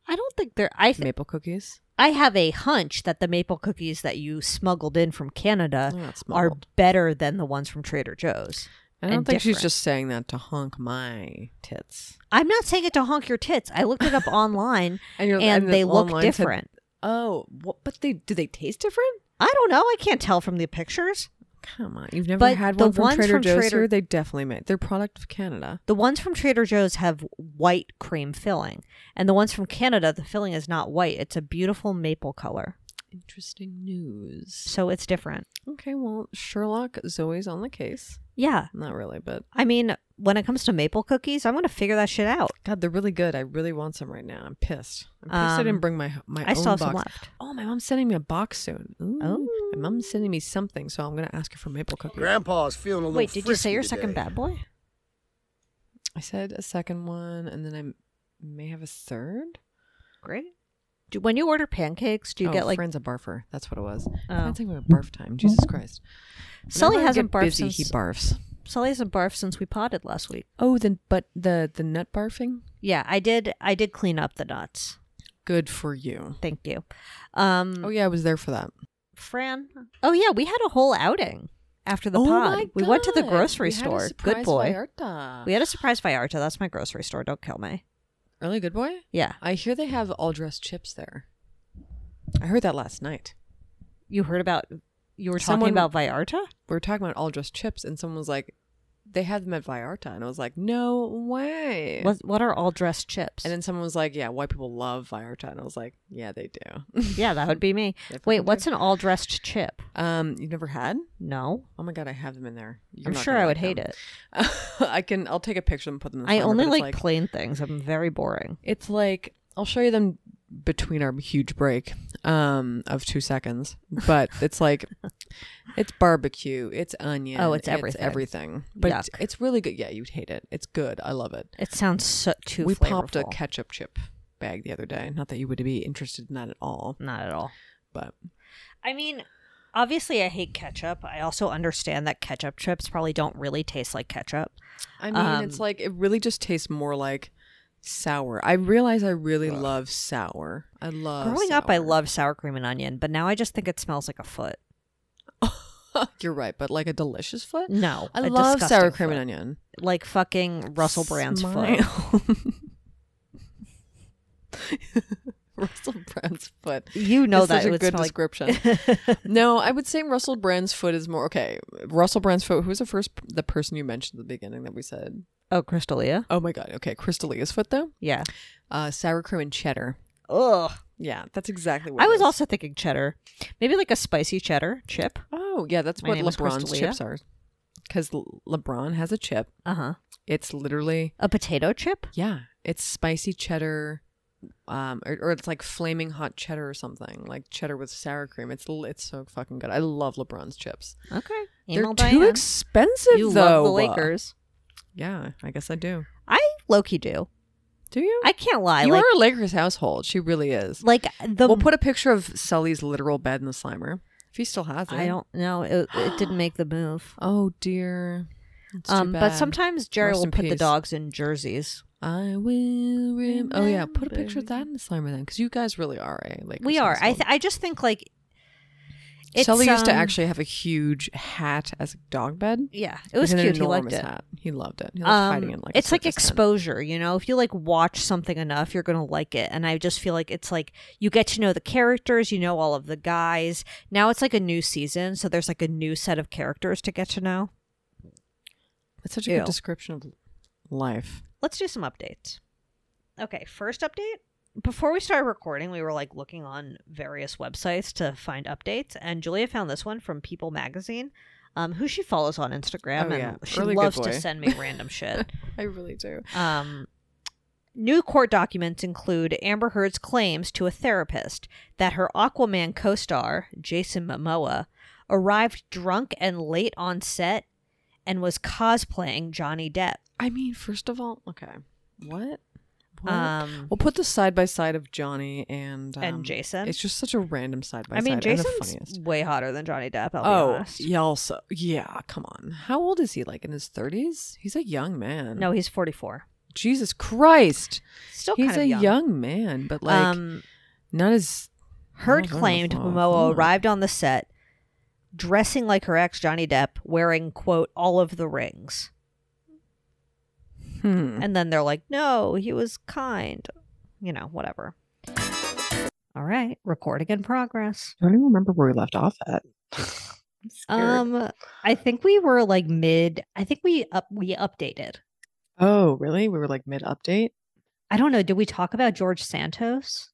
Speaker 2: I don't think they're. I th-
Speaker 4: maple cookies.
Speaker 2: I have a hunch that the maple cookies that you smuggled in from Canada
Speaker 4: They're
Speaker 2: are
Speaker 4: not smuggled.
Speaker 2: better than the ones from Trader Joe's.
Speaker 4: I don't
Speaker 2: and
Speaker 4: think she's
Speaker 2: different.
Speaker 4: just saying that to honk my tits.
Speaker 2: I'm not saying it to honk your tits. I looked it up online,
Speaker 4: And, you're-
Speaker 2: and
Speaker 4: the
Speaker 2: they look
Speaker 4: online said-
Speaker 2: different.
Speaker 4: oh, what, but they do they taste different?
Speaker 2: I don't know. I can't tell from the pictures.
Speaker 4: Come on, you've never
Speaker 2: But
Speaker 4: had
Speaker 2: the
Speaker 4: one from
Speaker 2: ones
Speaker 4: Trader
Speaker 2: from
Speaker 4: Joe's
Speaker 2: Trader-
Speaker 4: here. They definitely make their product of Canada.
Speaker 2: The ones from Trader Joe's have white cream filling, and the ones from Canada, the filling is not white. It's a beautiful maple color,
Speaker 4: Interesting news.
Speaker 2: so it's different.
Speaker 4: Okay, well, Sherlock Zoe's on the case.
Speaker 2: Yeah,
Speaker 4: Not really, but
Speaker 2: I mean, when it comes to maple cookies, I'm gonna figure that shit out.
Speaker 4: God, they're really good. I really want some right now. I'm pissed. I'm pissed I
Speaker 2: Um,
Speaker 4: didn't bring my my
Speaker 2: I
Speaker 4: own
Speaker 2: still have some
Speaker 4: box.
Speaker 2: left.
Speaker 4: Oh, my mom's sending me a box soon. Ooh,
Speaker 2: Oh.
Speaker 4: my mom's sending me something, so I'm gonna ask her for maple cookies.
Speaker 5: Grandpa's feeling a little
Speaker 2: Wait, did you say
Speaker 5: frisky
Speaker 2: your second
Speaker 5: today.
Speaker 2: bad boy?
Speaker 4: I said a second one, and then I m- may have a third.
Speaker 2: Great. Do, when you order pancakes, do you
Speaker 4: oh,
Speaker 2: get like
Speaker 4: friends a barfer? That's what it was.
Speaker 2: Oh.
Speaker 4: Friends like a barf time. Jesus Christ.
Speaker 2: Sully
Speaker 4: Whenever I
Speaker 2: hasn't
Speaker 4: get
Speaker 2: barfed
Speaker 4: busy, He
Speaker 2: since-
Speaker 4: barfs.
Speaker 2: Sully hasn't barfed since we potted last week?
Speaker 4: Oh, then but the the nut barfing.
Speaker 2: Yeah, I did. I did clean up the nuts.
Speaker 4: Good for you.
Speaker 2: Thank you. Um,
Speaker 4: Oh yeah, I was there for that.
Speaker 2: Fran. Oh yeah, we had a whole outing after
Speaker 4: Oh
Speaker 2: the pod. We went to the grocery store. Good boy. We had a surprise Vallarta. That's my grocery store. Don't kill me.
Speaker 4: really good boy.
Speaker 2: Yeah,
Speaker 4: I hear they have all dressed chips there. I heard that last night.
Speaker 2: you heard about. You were
Speaker 4: Someone-
Speaker 2: talking about Vallarta.
Speaker 4: We were talking about all dressed chips, and someone was like, "They had them at Vallarta," and I was like, "No way."
Speaker 2: What, what are all dressed chips?
Speaker 4: And then someone was like, "Yeah, white people love Vallarta," and I was like, "Yeah, they do."
Speaker 2: yeah, that would be me.
Speaker 4: Yeah,
Speaker 2: Wait,
Speaker 4: fucking
Speaker 2: what's
Speaker 4: do.
Speaker 2: an all dressed chip?
Speaker 4: um, you've never had?
Speaker 2: No,
Speaker 4: Oh my god, I have them in there. You're
Speaker 2: I'm
Speaker 4: not
Speaker 2: sure
Speaker 4: gonna
Speaker 2: I would
Speaker 4: like
Speaker 2: hate
Speaker 4: them.
Speaker 2: it.
Speaker 4: I can. I'll take a picture and put them. in the
Speaker 2: I
Speaker 4: slammer,
Speaker 2: only
Speaker 4: but it's
Speaker 2: like, plain things. I'm very boring.
Speaker 4: It's like I'll show you them between our huge break um of 2 seconds, but it's like it's barbecue, it's onion,
Speaker 2: Oh, it's everything.
Speaker 4: everything. But it's,
Speaker 2: Yuck.
Speaker 4: it's really good. Yeah, you'd hate it. It's good. I love it.
Speaker 2: It sounds so too.
Speaker 4: we popped a
Speaker 2: flavorful.
Speaker 4: ketchup chip bag the other day. Not that you would be interested in that at all,
Speaker 2: Not at all.
Speaker 4: but
Speaker 2: I mean, obviously, I hate ketchup. I also understand that ketchup chips probably don't really taste like ketchup.
Speaker 4: I mean,
Speaker 2: Um,
Speaker 4: it's like it really just tastes more like sour. I realize I really love sour. I love
Speaker 2: Growing up, I
Speaker 4: Oh, sour.
Speaker 2: loved sour cream and onion, but now I just think it smells like a foot.
Speaker 4: You're right, but like a delicious foot?
Speaker 2: No,
Speaker 4: I
Speaker 2: a
Speaker 4: love sour
Speaker 2: disgusting
Speaker 4: cream and
Speaker 2: foot.
Speaker 4: onion.
Speaker 2: Like fucking Russell Brand's foot.
Speaker 4: foot. Russell Brand's foot.
Speaker 2: You know
Speaker 4: It's
Speaker 2: that
Speaker 4: such
Speaker 2: it
Speaker 4: a
Speaker 2: would
Speaker 4: good
Speaker 2: smell like-
Speaker 4: description. no, I would say Russell Brand's foot is more okay. Russell Brand's foot. Who was the first the person you mentioned at the beginning that we said?
Speaker 2: oh, Crystalia.
Speaker 4: Oh my god. Okay, Crystalia's foot though.
Speaker 2: Yeah.
Speaker 4: Uh, sour cream and cheddar.
Speaker 2: Ugh.
Speaker 4: Yeah, that's exactly what
Speaker 2: I
Speaker 4: it
Speaker 2: was
Speaker 4: is.
Speaker 2: also thinking cheddar, maybe like a spicy cheddar chip.
Speaker 4: Oh yeah, that's
Speaker 2: My
Speaker 4: what
Speaker 2: name is
Speaker 4: LeBron's
Speaker 2: Crystalia.
Speaker 4: chips are. Because LeBron has a chip.
Speaker 2: Uh huh.
Speaker 4: It's literally
Speaker 2: A potato chip.
Speaker 4: Yeah, it's spicy cheddar, um, or, or it's like flaming hot cheddar or something, like cheddar with sour cream. It's l- it's so fucking good. I love LeBron's chips.
Speaker 2: Okay.
Speaker 4: They're
Speaker 2: Email
Speaker 4: too
Speaker 2: Diane.
Speaker 4: expensive
Speaker 2: You
Speaker 4: though.
Speaker 2: love the Lakers.
Speaker 4: Yeah, I guess I do.
Speaker 2: I low key do.
Speaker 4: Do you?
Speaker 2: I can't lie.
Speaker 4: you
Speaker 2: like,
Speaker 4: are a Lakers household. She really is.
Speaker 2: like the
Speaker 4: we'll put a picture of Sully's literal bed in the Slimer if he still has it.
Speaker 2: I don't know. It, it didn't make the move.
Speaker 4: Oh dear. It's too
Speaker 2: Um, but
Speaker 4: bad.
Speaker 2: sometimes Jerry
Speaker 4: Rest
Speaker 2: will
Speaker 4: in
Speaker 2: put the
Speaker 4: peace.
Speaker 2: dogs in jerseys.
Speaker 4: I will. Rem- oh yeah, put a picture of that in the Slimer then, because you guys really are a Lakers.
Speaker 2: we are. I
Speaker 4: household.
Speaker 2: th- I just think like
Speaker 6: Sully used to
Speaker 2: um,
Speaker 6: actually have a huge hat as a dog bed.
Speaker 2: Yeah, it was
Speaker 6: He had an
Speaker 2: cute. He liked
Speaker 6: enormous
Speaker 2: it.
Speaker 6: Hat. He loved it. He loved
Speaker 2: Um,
Speaker 6: hiding in like a
Speaker 2: it's like
Speaker 6: circus tent.
Speaker 2: exposure, you know. If you like watch something enough, you're gonna like it. And I just feel like it's like you get to know the characters, you know all of the guys. Now it's like a new season, so there's like a new set of characters to get to know.
Speaker 6: That's such a
Speaker 2: Ew.
Speaker 6: good description of life.
Speaker 2: Let's do some updates. Okay, first update. Before we started recording, we were like looking on various websites to find updates, and Julia found this one from People Magazine, um, who she follows on Instagram,
Speaker 6: Oh,
Speaker 2: and
Speaker 6: yeah.
Speaker 2: she
Speaker 6: Really good
Speaker 2: loves to
Speaker 6: boy.
Speaker 2: send me random shit.
Speaker 6: I really do.
Speaker 2: Um, new court documents include Amber Heard's claims to a therapist that her Aquaman co star, Jason Momoa, arrived drunk and late on set and was cosplaying Johnny Depp.
Speaker 6: I mean, first of all, okay, what? What?
Speaker 2: Um,
Speaker 6: we'll put the side by side of Johnny and
Speaker 2: And
Speaker 6: um,
Speaker 2: Jason?
Speaker 6: It's just such a random side by
Speaker 2: I
Speaker 6: side.
Speaker 2: mean,
Speaker 6: and the
Speaker 2: Jason's
Speaker 6: funniest.
Speaker 2: way hotter than Johnny Depp, I'll be
Speaker 6: Oh,
Speaker 2: honest.
Speaker 6: yeah, also, yeah, come on. How old is he? Like in his 30s? He's a young man.
Speaker 2: No, he's 44.
Speaker 6: Jesus Christ.
Speaker 2: Still
Speaker 6: He's
Speaker 2: kind of
Speaker 6: a
Speaker 2: young.
Speaker 6: young. man, but like oh,
Speaker 2: um,
Speaker 6: not as.
Speaker 2: Heard
Speaker 6: not as
Speaker 2: claimed
Speaker 6: long.
Speaker 2: Momoa
Speaker 6: Hmm.
Speaker 2: arrived on the set dressing like her ex, Johnny Depp, wearing, quote, all of the rings.
Speaker 6: Hmm.
Speaker 2: And then they're like, no, he was kind. You know, whatever. All right, recording in progress.
Speaker 4: I don't even remember where we left off at. I'm scared.
Speaker 2: Um, I think we were like mid. I think we up we updated.
Speaker 4: oh, really? We were like mid update?
Speaker 2: I don't know. Did we talk about George Santos?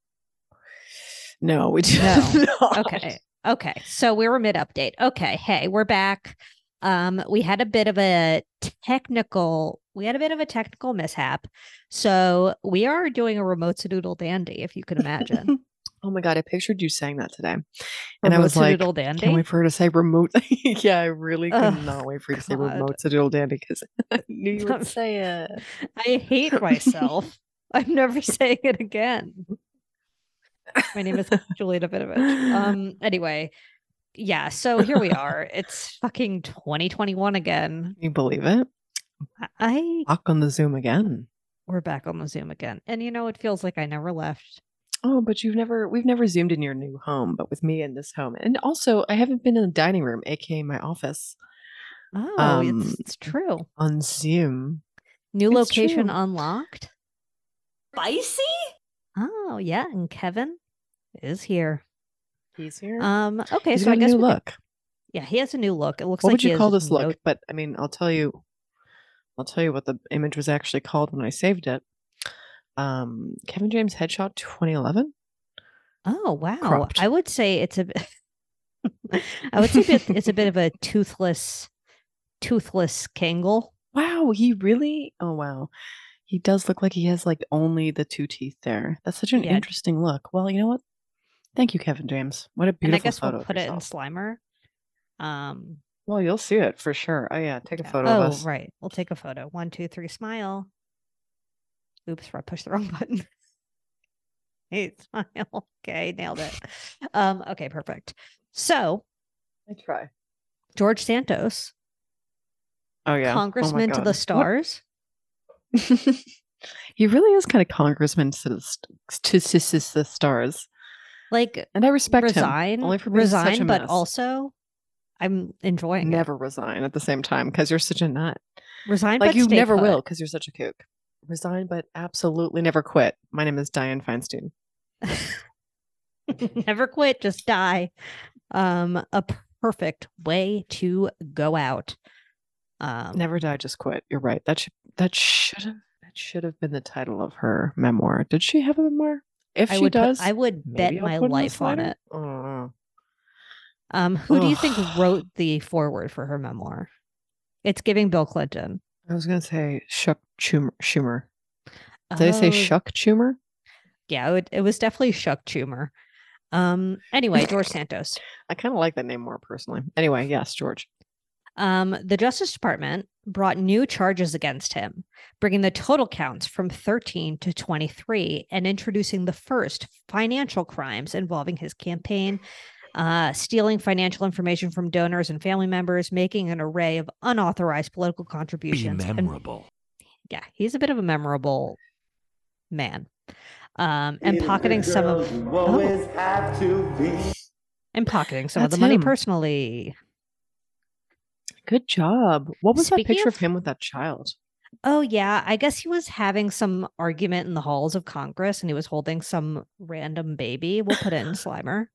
Speaker 4: No, we just
Speaker 2: Okay, okay. So we were mid update. Okay, hey, we're back. Um, we had a bit of a technical. We had a bit of a technical mishap. So we are doing a remote doodle dandy, if you can imagine.
Speaker 4: oh my god, I pictured you saying that today. And I
Speaker 2: Remote
Speaker 4: was like,
Speaker 2: doodle dandy.
Speaker 4: can't wait for her to say remote. yeah, I really could
Speaker 2: Ugh,
Speaker 4: not wait for you to say
Speaker 2: God.
Speaker 4: remote to doodle dandy because I knew you would say it.
Speaker 2: I hate myself. I'm never saying it again. My name is Julia Davidovich. Um, anyway, yeah, so here we are. It's fucking 2021 again.
Speaker 4: Can you believe it?
Speaker 2: I- I
Speaker 4: Back on the Zoom again.
Speaker 2: we're back on the Zoom again. And you know, it feels like I never left.
Speaker 4: Oh, but you've never we've never zoomed in your new home, but with me in this home. And also I haven't been in the dining room, aka my office,
Speaker 2: Oh,
Speaker 4: Um,
Speaker 2: it's, it's true.
Speaker 4: on Zoom.
Speaker 2: New
Speaker 4: it's
Speaker 2: location
Speaker 4: true.
Speaker 2: unlocked.
Speaker 7: Spicy?
Speaker 2: Oh, yeah, and Kevin is here.
Speaker 4: He's here.
Speaker 2: Um, okay,
Speaker 4: He's
Speaker 2: so I
Speaker 4: got a
Speaker 2: guess
Speaker 4: new
Speaker 2: we could-
Speaker 4: look.
Speaker 2: yeah, he has a new look. It looks
Speaker 4: what
Speaker 2: like
Speaker 4: would
Speaker 2: he
Speaker 4: you
Speaker 2: has
Speaker 4: call this
Speaker 2: no-
Speaker 4: look? But I mean, I'll tell you, I'll tell you what the image was actually called when I saved it. Um, Kevin James headshot 2011.
Speaker 2: Oh wow!
Speaker 4: cropped.
Speaker 2: I would say it's a. bit- I would say bit- it's a bit of a toothless, toothless Kangle.
Speaker 4: Wow, he really. Oh wow, he does look like he has like only the two teeth there. That's such an
Speaker 2: Yeah.
Speaker 4: interesting look. Well, you know what? Thank you, Kevin James. What a
Speaker 2: And I
Speaker 4: beautiful
Speaker 2: guess
Speaker 4: photo.
Speaker 2: we'll
Speaker 4: of
Speaker 2: put it in
Speaker 4: yourself.
Speaker 2: Slimer. Um.
Speaker 4: well, you'll see it for sure. Oh yeah, take a
Speaker 2: yeah.
Speaker 4: photo
Speaker 2: oh
Speaker 4: of us.
Speaker 2: right, we'll take a photo. One, two, three, smile. Oops, I pushed the wrong button. hey, smile. Okay, nailed it. Um. Okay, perfect. So
Speaker 4: I try.
Speaker 2: George Santos,
Speaker 4: Oh yeah, Oh, my
Speaker 2: Congressman to
Speaker 4: God.
Speaker 2: the
Speaker 4: What-
Speaker 2: stars.
Speaker 4: he really is kind of congressman to the, st- to, to, to the stars,
Speaker 2: Like
Speaker 4: and I respect him.
Speaker 2: resign,
Speaker 4: only for being such
Speaker 2: resign,
Speaker 4: a
Speaker 2: but
Speaker 4: mess.
Speaker 2: also. I'm enjoying it.
Speaker 4: never resign at the same time because you're such a nut.
Speaker 2: Resign,
Speaker 4: like
Speaker 2: but
Speaker 4: you
Speaker 2: stay
Speaker 4: never
Speaker 2: put.
Speaker 4: will because you're such a kook. Resign, but absolutely never quit. My name is Diane Feinstein.
Speaker 2: never quit, just die. Um, a perfect way to go out. Um,
Speaker 4: Never die, just quit. You're right. That should that should have that should have been the title of her memoir. Did she have a memoir? If
Speaker 2: I
Speaker 4: she
Speaker 2: would, put-
Speaker 4: does,
Speaker 2: I would bet
Speaker 4: maybe I'll
Speaker 2: my
Speaker 4: put in this
Speaker 2: life on
Speaker 4: later.
Speaker 2: it.
Speaker 4: Oh,
Speaker 2: Um, who do you think
Speaker 4: Ugh.
Speaker 2: wrote the foreword for her memoir? It's giving Bill Clinton.
Speaker 4: I was gonna say Shuck Schumer. Schumer. Did I say
Speaker 2: Oh,
Speaker 4: Shuck Schumer?
Speaker 2: Yeah, it, would- it was definitely Shuck Schumer. Um, anyway, George Santos.
Speaker 4: I kind of like that name more personally. Anyway, yes, George.
Speaker 2: Um, the Justice Department brought new charges against him, bringing the total counts from 13 to 23 and introducing the first financial crimes involving his campaign, uh, stealing financial information from donors and family members, making an array of unauthorized political contributions. and- yeah, he's a bit of a memorable man. Um, and pocketing some of.
Speaker 8: Always have to be.
Speaker 2: and pocketing some of the
Speaker 4: That's
Speaker 2: money
Speaker 4: him.
Speaker 2: personally.
Speaker 4: Good job. What was
Speaker 2: Speaking
Speaker 4: that picture
Speaker 2: of-
Speaker 4: of, him with that child?
Speaker 2: Oh yeah, I guess he was having some argument in the halls of Congress, and he was holding some random baby. We'll put it in Slimer.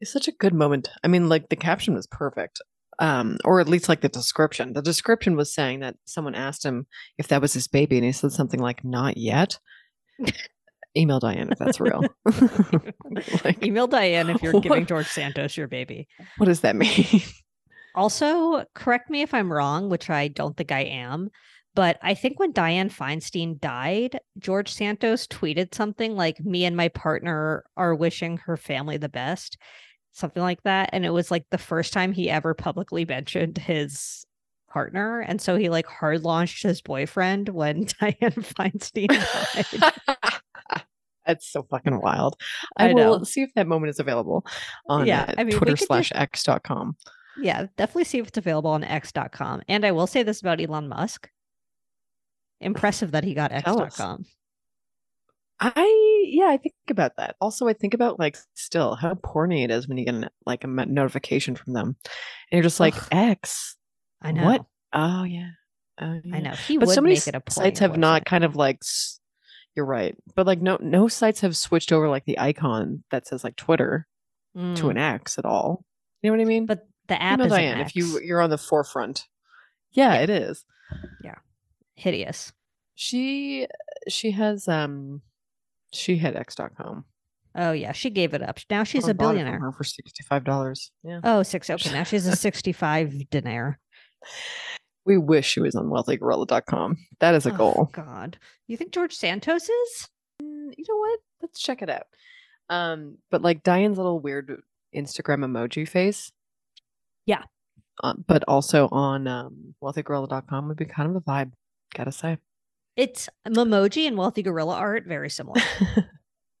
Speaker 4: It's such a good moment. I mean, like the caption was perfect. Um, or at least like the description. The description was saying that someone asked him if that was his baby, and he said something like, not yet. Email Diane if that's real. like,
Speaker 2: Email Diane if you're
Speaker 4: What?
Speaker 2: giving George Santos your baby.
Speaker 4: what does that mean?
Speaker 2: Also, correct me if I'm wrong, which I don't think I am, but I think when Diane Feinstein died, George Santos tweeted something like, Me and my partner are wishing her family the best, something like that. And it was like the first time he ever publicly mentioned his partner. And so he like hard launched his boyfriend when Diane Feinstein died.
Speaker 4: That's so fucking wild.
Speaker 2: I
Speaker 4: I, will
Speaker 2: know.
Speaker 4: see if that moment is available on
Speaker 2: Yeah,
Speaker 4: uh,
Speaker 2: I mean, we
Speaker 4: Twitter
Speaker 2: could
Speaker 4: slash
Speaker 2: just-
Speaker 4: X dot com.
Speaker 2: yeah, definitely see if it's available on x.com. And I will say this about Elon Musk. Impressive that he got
Speaker 4: Tell us.
Speaker 2: x.com.
Speaker 4: I yeah, I think about that. Also, I think about like still how porny it is when you get an, like a me- notification from them, and you're just like
Speaker 2: Ugh.
Speaker 4: X.
Speaker 2: I know.
Speaker 4: What? Oh yeah. Oh, yeah.
Speaker 2: I know. He
Speaker 4: But
Speaker 2: would
Speaker 4: so many
Speaker 2: make it a
Speaker 4: s-
Speaker 2: point
Speaker 4: sites
Speaker 2: on
Speaker 4: have not
Speaker 2: website.
Speaker 4: kind of like. s- You're right, but like no no sites have switched over like the icon that says like Twitter to
Speaker 2: Mm.
Speaker 4: an X at all. You know what I mean?
Speaker 2: But the app
Speaker 4: Email
Speaker 2: is
Speaker 4: Diane, if you you're on the forefront. Yeah, it is.
Speaker 2: hideous.
Speaker 4: She she has um she had X.com.
Speaker 2: Oh yeah, she gave it up. Now she's a
Speaker 4: Someone bought it from
Speaker 2: billionaire.
Speaker 4: her for sixty five dollars. Yeah.
Speaker 2: Oh, six. Okay, now she's a sixty-five dinaire.
Speaker 4: We wish she was on wealthygorilla.com. That is a
Speaker 2: Oh,
Speaker 4: goal.
Speaker 2: God, you think George Santos is?
Speaker 4: Mm, You know what? Let's check it out. Um, but like Diane's little weird Instagram emoji face.
Speaker 2: Yeah.
Speaker 4: Uh, but also on um, wealthygorilla.com would be kind of a vibe, gotta say.
Speaker 2: It's Memoji and Wealthy Gorilla Art, very similar.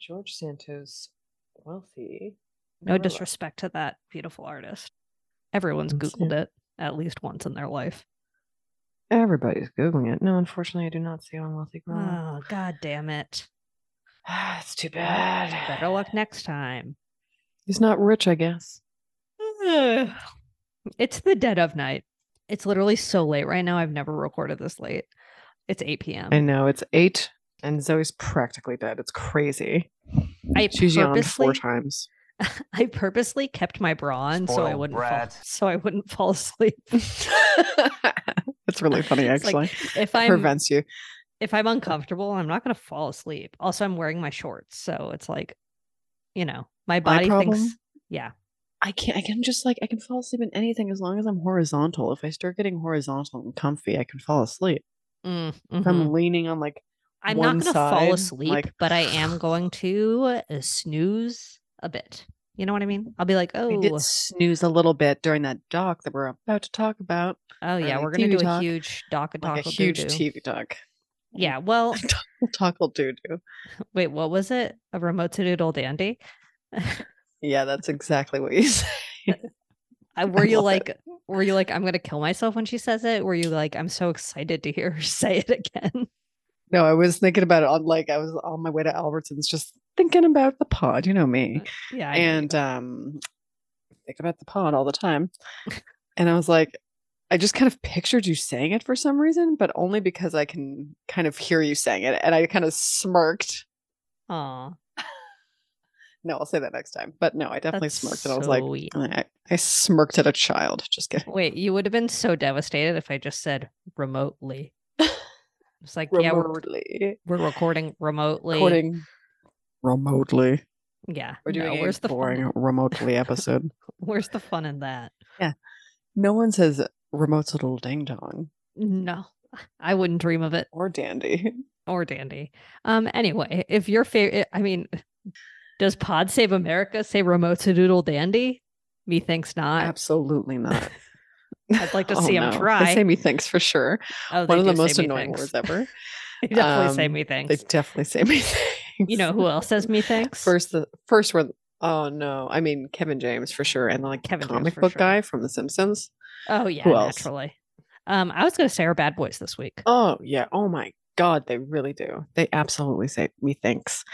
Speaker 4: George Santos, wealthy.
Speaker 2: No
Speaker 4: gorilla.
Speaker 2: disrespect to that beautiful artist. Everyone's
Speaker 4: Let's see.
Speaker 2: googled it at least once in their life.
Speaker 4: Everybody's Googling it. No, unfortunately, I do not see it on Wealthy Gorilla.
Speaker 2: Oh God damn it!
Speaker 4: it's too bad.
Speaker 2: Ah. Better luck next time.
Speaker 4: He's not rich, I guess.
Speaker 2: it's the dead of night. It's literally so late right now. I've never recorded this late. It's eight p.m.
Speaker 4: I know it's eight, and Zoe's practically dead. It's crazy.
Speaker 2: I
Speaker 4: She's yawned
Speaker 2: purposely,
Speaker 4: four times.
Speaker 2: I purposely kept my bra on so I
Speaker 1: Spoiled
Speaker 2: wouldn't fall,
Speaker 1: brat.
Speaker 2: so I wouldn't fall asleep.
Speaker 4: it's really funny,
Speaker 2: It's
Speaker 4: actually.
Speaker 2: like, if
Speaker 4: It
Speaker 2: I'm
Speaker 4: prevents you.
Speaker 2: if I'm uncomfortable, I'm not gonna fall asleep. Also, I'm wearing my shorts, so it's like, you know, my body
Speaker 4: problem?
Speaker 2: thinks yeah.
Speaker 4: I can't. I can just like I can fall asleep in anything as long as I'm horizontal. If I start getting horizontal and comfy, I can fall asleep.
Speaker 2: mm,
Speaker 4: If
Speaker 2: mhm.
Speaker 4: I'm leaning on like
Speaker 2: I'm
Speaker 4: one
Speaker 2: not gonna
Speaker 4: side,
Speaker 2: fall asleep,
Speaker 4: like-
Speaker 2: but I am going to uh, snooze a bit. You know what I mean? I'll be like,
Speaker 4: I
Speaker 2: oh,
Speaker 4: did snooze a little bit during that doc that we're about to talk about,
Speaker 2: oh yeah,
Speaker 4: like
Speaker 2: we're gonna
Speaker 4: TV
Speaker 2: do a
Speaker 4: talk,
Speaker 2: huge doc and talk
Speaker 4: like a huge TV doc.
Speaker 2: Yeah, well,
Speaker 4: Tackle doo doo.
Speaker 2: wait, what was it? A remote to doodle dandy.
Speaker 4: Yeah, that's exactly what you said.
Speaker 2: I,
Speaker 4: I
Speaker 2: were you
Speaker 4: love
Speaker 2: like,
Speaker 4: it.
Speaker 2: were you like, I'm gonna kill myself when she says it? Were you like, I'm so excited to hear her say it again?
Speaker 4: No, I was thinking about it on like I was on my way to Albertsons, just thinking about the pod. You know me,
Speaker 2: yeah, I know you
Speaker 4: and um, think about the pod all the time. and I was like, I just kind of pictured you saying it for some reason, but only because I can kind of hear you saying it, and I kind of smirked.
Speaker 2: do. Aw,
Speaker 4: No, I'll say that next time. But no, I definitely
Speaker 2: that's
Speaker 4: smirked, and I was like,
Speaker 2: so weird.
Speaker 4: I, I smirked at a child. Just kidding.
Speaker 2: wait, you would have been so devastated if I just said remotely. It's like, yeah, we're,
Speaker 4: Remotely
Speaker 2: we're recording remotely.
Speaker 4: recording remotely.
Speaker 2: Yeah,
Speaker 4: We're doing
Speaker 2: no,
Speaker 4: a
Speaker 2: where's the
Speaker 4: boring
Speaker 2: fun?
Speaker 4: remotely episode.
Speaker 2: Where's the fun in that?
Speaker 4: No one says remote's a little ding dong
Speaker 2: No, I wouldn't dream of it.
Speaker 4: or dandy.
Speaker 2: or dandy. Um. Anyway, if your favorite, I mean, does Pod Save America say remote to doodle dandy? Methinks not.
Speaker 4: Absolutely not.
Speaker 2: I'd like to see 'em
Speaker 4: oh, They
Speaker 2: try.
Speaker 4: say me thanks for sure.
Speaker 2: Oh,
Speaker 4: One
Speaker 2: they
Speaker 4: of the
Speaker 2: do say
Speaker 4: most annoying
Speaker 2: methinks.
Speaker 4: words ever.
Speaker 2: they definitely say
Speaker 4: Um,
Speaker 2: methinks.
Speaker 4: They definitely say me thanks.
Speaker 2: You know who else says methinks?
Speaker 4: First, the first word. Oh no! I mean Kevin James for sure, and like
Speaker 2: Kevin
Speaker 4: Kevin
Speaker 2: James
Speaker 4: comic
Speaker 2: for
Speaker 4: book
Speaker 2: sure.
Speaker 4: guy from The Simpsons.
Speaker 2: oh yeah,
Speaker 4: who else?
Speaker 2: naturally. Um, I was going to say our bad boys this week.
Speaker 4: Oh yeah! Oh my God, they really do. They absolutely say me thanks.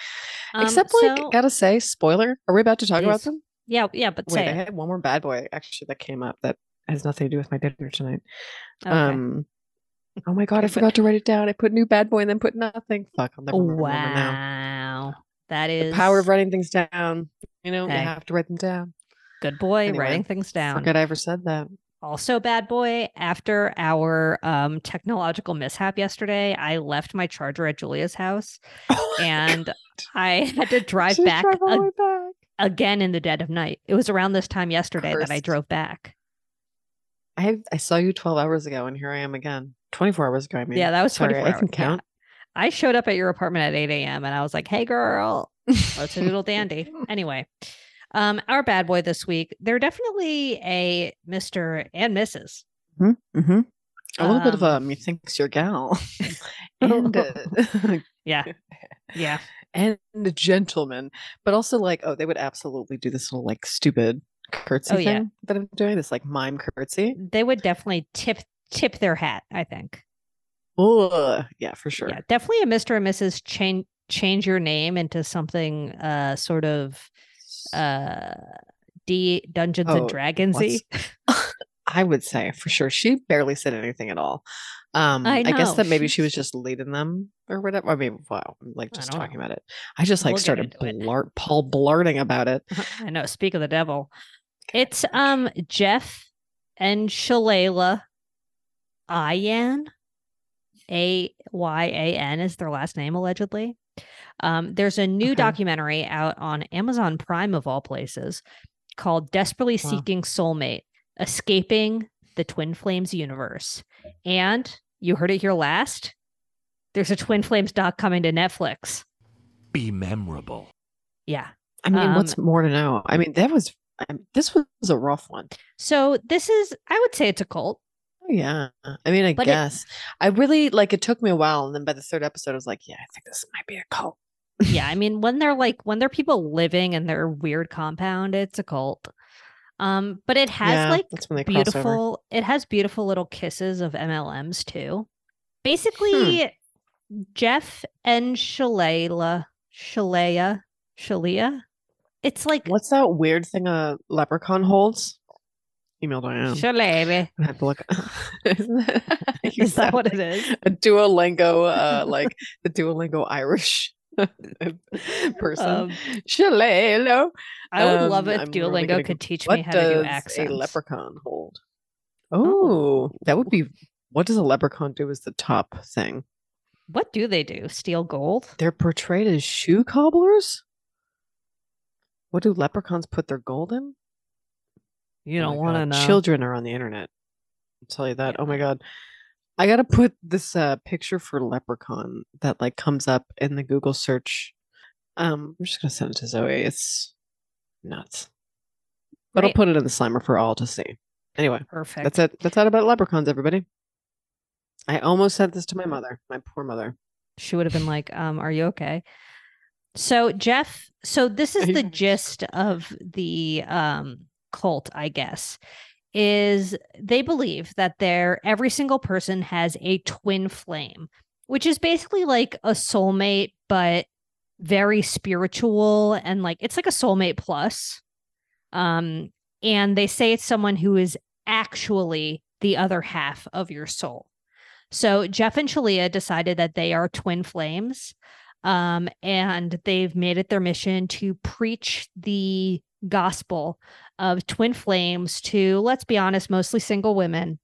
Speaker 2: Um,
Speaker 4: Except, like,
Speaker 2: so-
Speaker 4: gotta say, spoiler. Are we about to talk about
Speaker 2: Please.
Speaker 4: them?
Speaker 2: yeah, yeah, but
Speaker 4: Wait,
Speaker 2: say
Speaker 4: I
Speaker 2: it.
Speaker 4: had one more bad boy actually that came up that has nothing to do with my dinner tonight.
Speaker 2: Okay.
Speaker 4: Um, oh my god, I
Speaker 6: Okay, but-
Speaker 4: forgot to write it down. I put new bad boy and then put nothing. Fuck, I'll never remember now.
Speaker 2: wow, that
Speaker 4: The
Speaker 2: is
Speaker 4: power of writing things down. You know,
Speaker 2: Okay.
Speaker 4: you have to write them down.
Speaker 2: good boy
Speaker 4: Anyway,
Speaker 2: writing things down.
Speaker 4: Forgot I ever said that.
Speaker 2: also bad boy after our um technological mishap yesterday i left my charger at julia's house and i had to drive
Speaker 4: She
Speaker 2: back
Speaker 4: drove all the
Speaker 2: a-
Speaker 4: way back.
Speaker 2: again in the dead of night it was around this time yesterday that i
Speaker 4: Cursed.
Speaker 2: drove back
Speaker 4: I I saw you twelve hours ago, and here I am again. Twenty four hours ago, I mean.
Speaker 2: yeah that was
Speaker 4: Sorry,
Speaker 2: 24
Speaker 4: I can
Speaker 2: hours. Yeah.
Speaker 4: count.
Speaker 2: i showed up at your apartment at 8 a.m and i was like hey girl Let's a doodle dandy. Anyway, um, our bad boy this week, they're definitely a Mr. and Mrs.
Speaker 4: Mm-hmm. A little bit of a
Speaker 2: Um,
Speaker 4: methinks your gal, and uh,
Speaker 2: Yeah. Yeah.
Speaker 4: and a gentleman, but also like, oh, they would absolutely do this little like stupid curtsy
Speaker 2: Oh, yeah.
Speaker 4: thing that I'm doing, this like mime curtsy.
Speaker 2: They would definitely tip tip their hat, I think.
Speaker 4: Ugh. Yeah, for sure.
Speaker 2: Yeah. Definitely a Mr. and Mrs. change change your name into something uh sort of uh D Dungeons
Speaker 4: Oh,
Speaker 2: and Dragonsy.
Speaker 4: I would say for sure. She barely said anything at all. Um,
Speaker 2: I
Speaker 4: I, guess
Speaker 2: know,
Speaker 4: that maybe she
Speaker 2: she's-
Speaker 4: was just leading them or whatever. I mean, wow, I'm, like
Speaker 2: I
Speaker 4: just
Speaker 2: don't
Speaker 4: talking
Speaker 2: know.
Speaker 4: about it. I just like
Speaker 2: We'll get
Speaker 4: started
Speaker 2: into it.
Speaker 4: blart, Paul blarting about it.
Speaker 2: I know, speak of the devil. It's um Jeff and Shalala Ayan. A Y A N is their last name allegedly. Um, there's a new
Speaker 4: Okay.
Speaker 2: documentary out on Amazon Prime of all places called Desperately
Speaker 4: Wow.
Speaker 2: Seeking Soulmate: Escaping the Twin Flames Universe. And you heard it here last. There's a Twin Flames doc coming to Netflix.
Speaker 1: Be memorable.
Speaker 2: Yeah.
Speaker 4: I mean,
Speaker 2: Um,
Speaker 4: what's more to know? I mean, that was I mean, this was a rough one.
Speaker 2: So this is I would say it's a cult.
Speaker 4: Oh, yeah. I mean, I
Speaker 2: But it-
Speaker 4: guess I really like it took me a while. And then by the third episode, I was like, yeah, I think this might be a cult.
Speaker 2: yeah i mean when they're like when they're people living in their weird compound it's a cult um but it has
Speaker 4: Yeah,
Speaker 2: like
Speaker 4: that's when they cross over.
Speaker 2: beautiful it has beautiful little kisses of mlms too
Speaker 4: Hmm.
Speaker 2: basically jeff and shalala shalaya shalia it's like
Speaker 4: What's that weird thing a leprechaun holds? Email Diane.
Speaker 2: shalala
Speaker 4: I have to look. Isn't that, you
Speaker 2: is that
Speaker 4: sound
Speaker 2: what it
Speaker 4: like
Speaker 2: is
Speaker 4: A Duolingo, uh, like the Duolingo Irish person.
Speaker 2: Um,
Speaker 4: Shalalo.
Speaker 2: i would love
Speaker 4: um,
Speaker 2: if
Speaker 4: I'm really
Speaker 2: duolingo
Speaker 4: gonna
Speaker 2: could teach me
Speaker 4: What
Speaker 2: how to do
Speaker 4: does a
Speaker 2: accents
Speaker 4: leprechaun hold? Oh, that would be. What does a leprechaun do? Is the top thing?
Speaker 2: what do they do steal gold
Speaker 4: They're portrayed as shoe cobblers? What do leprechauns put their gold in?
Speaker 2: you
Speaker 4: Oh
Speaker 2: don't
Speaker 4: my
Speaker 2: want to
Speaker 4: God,
Speaker 2: know
Speaker 4: Children are on the internet. I'll tell you that. Oh my god. I gotta put this uh, picture for leprechaun that like comes up in the Google search. Um, I'm just gonna send it to Zoe. It's nuts. But I'll
Speaker 2: Right.
Speaker 4: put it in the slimer for all to see. Anyway,
Speaker 2: perfect
Speaker 4: that's it. That's out about leprechauns, everybody. I almost sent this to my mother, my poor mother.
Speaker 2: she would have been like, um, "Are you okay?" So Jeff, so this is
Speaker 4: Are you
Speaker 2: the
Speaker 4: okay?
Speaker 2: gist of the um, cult, I guess, is they believe that their every single person has a twin flame, which is basically like a soulmate, but very spiritual and like it's like a soulmate plus. Um, and they say it's someone who is actually the other half of your soul. So Jeff and Shalia decided that they are twin flames. Um, and they've made it their mission to preach the gospel of twin flames to, let's be honest, mostly single women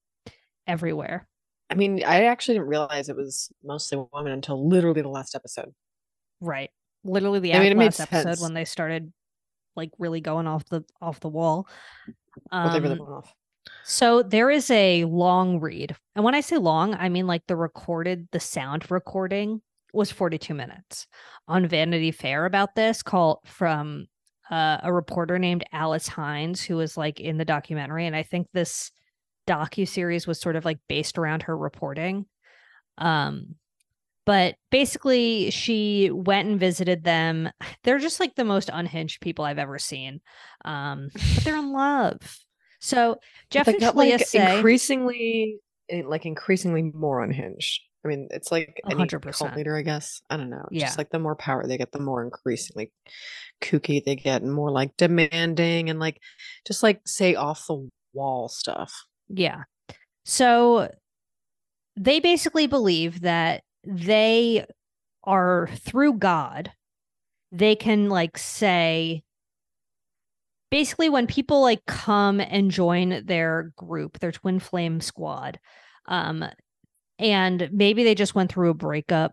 Speaker 2: everywhere.
Speaker 4: I mean, I actually didn't realize it was mostly women until literally the last episode.
Speaker 2: Right. Literally the
Speaker 4: I mean, it made
Speaker 2: last episode
Speaker 4: sense.
Speaker 2: when they started like really going off the off the wall.
Speaker 4: Well, they really
Speaker 2: Um,
Speaker 4: went off.
Speaker 2: So there is a long read. And when I say long, I mean like the recorded, the sound recording was 42 minutes on Vanity Fair about this called from uh, a reporter named Alice Hines, who was like in the documentary. And I think this docu series was sort of like based around her reporting. Um, but basically, she went and visited them. They're just like the most unhinged people I've ever seen. Um, but they're in love. So
Speaker 4: But
Speaker 2: Jeff
Speaker 4: they
Speaker 2: and
Speaker 4: got
Speaker 2: Shalia
Speaker 4: like
Speaker 2: say,
Speaker 4: increasingly eh, like increasingly more unhinged I mean, it's like
Speaker 2: A
Speaker 4: any
Speaker 2: hundred
Speaker 4: cult
Speaker 2: percent.
Speaker 4: leader, I guess. I don't know.
Speaker 2: Yeah.
Speaker 4: Just like the more power they get, the more increasingly kooky they get, and more like demanding, and like just like say off the wall stuff.
Speaker 2: Yeah. So they basically believe that they are through God, they can like say basically when people like come and join their group, their twin flame squad, um and maybe they just went through a breakup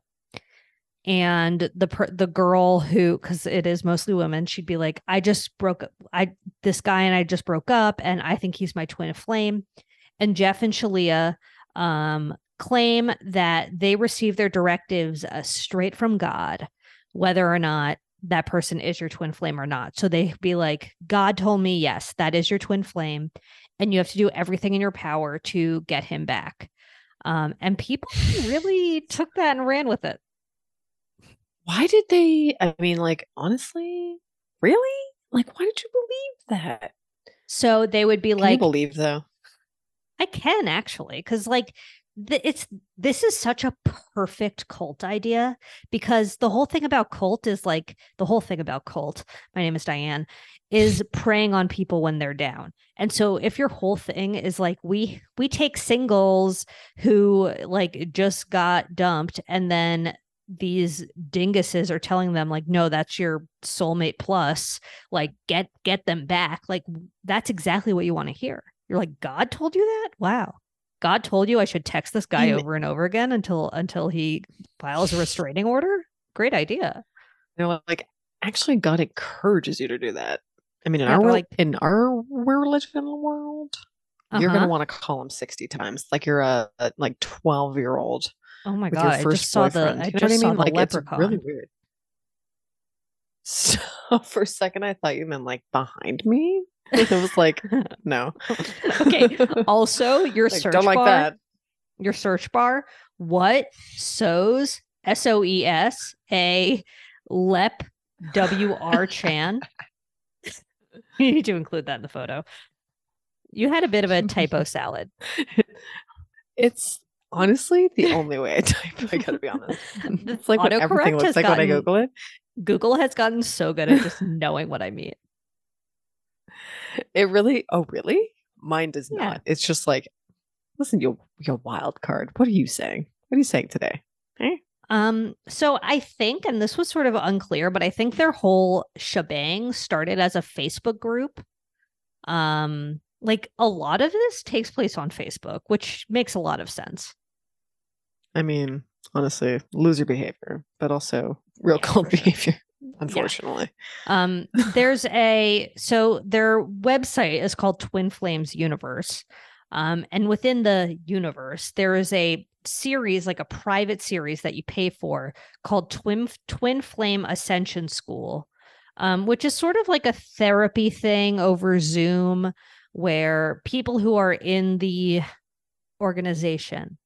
Speaker 2: and the per- the girl who cuz it is mostly women she'd be like I just broke up I this guy and I just broke up and I think he's my twin flame. And Jeff and Shalia um, claim that they receive their directives uh, straight from God, whether or not that person is your twin flame or not. So they be like, God told me, yes, that is your twin flame. And you have to do everything in your power to get him back. Um, and people really took that and ran with it.
Speaker 4: Why did they? I mean, like honestly, really? Like, why did you believe that?
Speaker 2: So they would be
Speaker 4: Can you
Speaker 2: like,
Speaker 4: believe though?
Speaker 2: I can actually, because like th- it's this is such a perfect cult idea because the whole thing about cult is like the whole thing about cult. My name is Diane is preying on people when they're down. And so if your whole thing is like we we take singles who like just got dumped and then these dinguses are telling them like no that's your soulmate plus like get get them back like that's exactly what you want to hear. You're like, God told you that? Wow. God told you I should text this guy
Speaker 4: And-
Speaker 2: over and over again until until he files a restraining order? Great idea.
Speaker 4: They're like, actually, God encourages you to do that. I mean, in
Speaker 2: Yeah,
Speaker 4: our
Speaker 2: they're
Speaker 4: world,
Speaker 2: like-
Speaker 4: in our religion world, you're
Speaker 2: Uh-huh.
Speaker 4: gonna want to call him sixty times, like you're a, a, like twelve year old
Speaker 2: Oh my
Speaker 4: with
Speaker 2: god,
Speaker 4: your
Speaker 2: I
Speaker 4: first
Speaker 2: just saw
Speaker 4: boyfriend.
Speaker 2: the I
Speaker 4: you know
Speaker 2: just
Speaker 4: what I
Speaker 2: saw
Speaker 4: mean?
Speaker 2: the
Speaker 4: like
Speaker 2: leprechaun.
Speaker 4: it's really weird. So for a second, I thought you meant like behind me. It was like no.
Speaker 2: okay. Also, your
Speaker 4: Like,
Speaker 2: search
Speaker 4: don't like
Speaker 2: bar,
Speaker 4: that.
Speaker 2: your search bar, what so's S O E S A lep W R Chan. you need to include that in the photo. You had a bit of a typo salad.
Speaker 4: It's honestly the only way I type. I gotta be honest.
Speaker 2: The
Speaker 4: It's like what everything
Speaker 2: autocorrect
Speaker 4: looks
Speaker 2: has
Speaker 4: like when I
Speaker 2: gotten-
Speaker 4: Google it.
Speaker 2: Google has gotten so good at just knowing what I mean.
Speaker 4: It really. Oh, really? Mine does
Speaker 2: Yeah.
Speaker 4: not. It's just like, listen, you your wild card. What are you saying? What are you saying today?
Speaker 2: Um, so I think, and this was sort of unclear, but I think their whole shebang started as a Facebook group. Um, like a lot of this takes place on Facebook, which makes a lot of sense.
Speaker 4: I mean, honestly, loser behavior, but also real cult behavior, unfortunately.
Speaker 2: Um, there's a so their website is called Twin Flames Universe. Um, and within the universe, there is a series, like a private series that you pay for called Twin Twin Flame Ascension School, um, which is sort of like a therapy thing over Zoom where people who are in the organization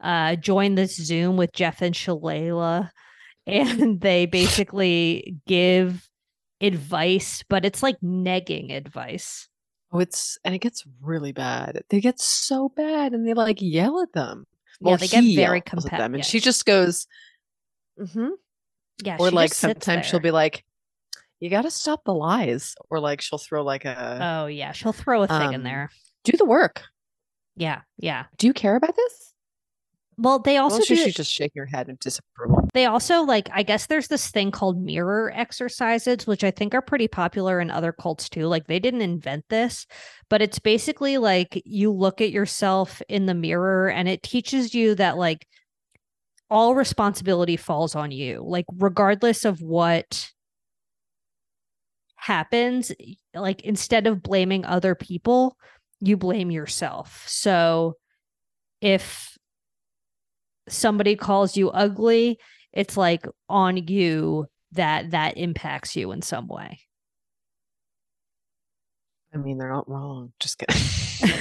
Speaker 2: uh, join this Zoom with Jeff and Shalala, and they basically give advice, but it's like negging advice.
Speaker 4: Oh, it's and it gets really bad. They get so bad, and they like yell at them.
Speaker 2: Yeah, they get
Speaker 4: he
Speaker 2: very
Speaker 4: yells at
Speaker 2: compa-
Speaker 4: them, and
Speaker 2: yeah.
Speaker 4: she just goes, mm-hmm.
Speaker 2: Yeah,
Speaker 4: or
Speaker 2: she
Speaker 4: like
Speaker 2: just sits
Speaker 4: sometimes she'll
Speaker 2: there.
Speaker 4: be like, "You got to stop the lies," or like she'll throw like a,
Speaker 2: "Oh yeah," she'll throw a thing in
Speaker 4: um,
Speaker 2: there.
Speaker 4: "Do the work.
Speaker 2: Yeah, yeah.
Speaker 4: Do you care about this?"
Speaker 2: Well, they also
Speaker 4: Also,
Speaker 2: do.
Speaker 4: she's just shaking her head in disapproval.
Speaker 2: they also like i guess there's this thing called mirror exercises which i think are pretty popular in other cults too like they didn't invent this but it's basically like you look at yourself in the mirror and it teaches you that like all responsibility falls on you like regardless of what happens y- like instead of blaming other people you blame yourself so if somebody calls you ugly it's like on you that that impacts you in some way.
Speaker 4: I mean, they're not wrong. Just kidding.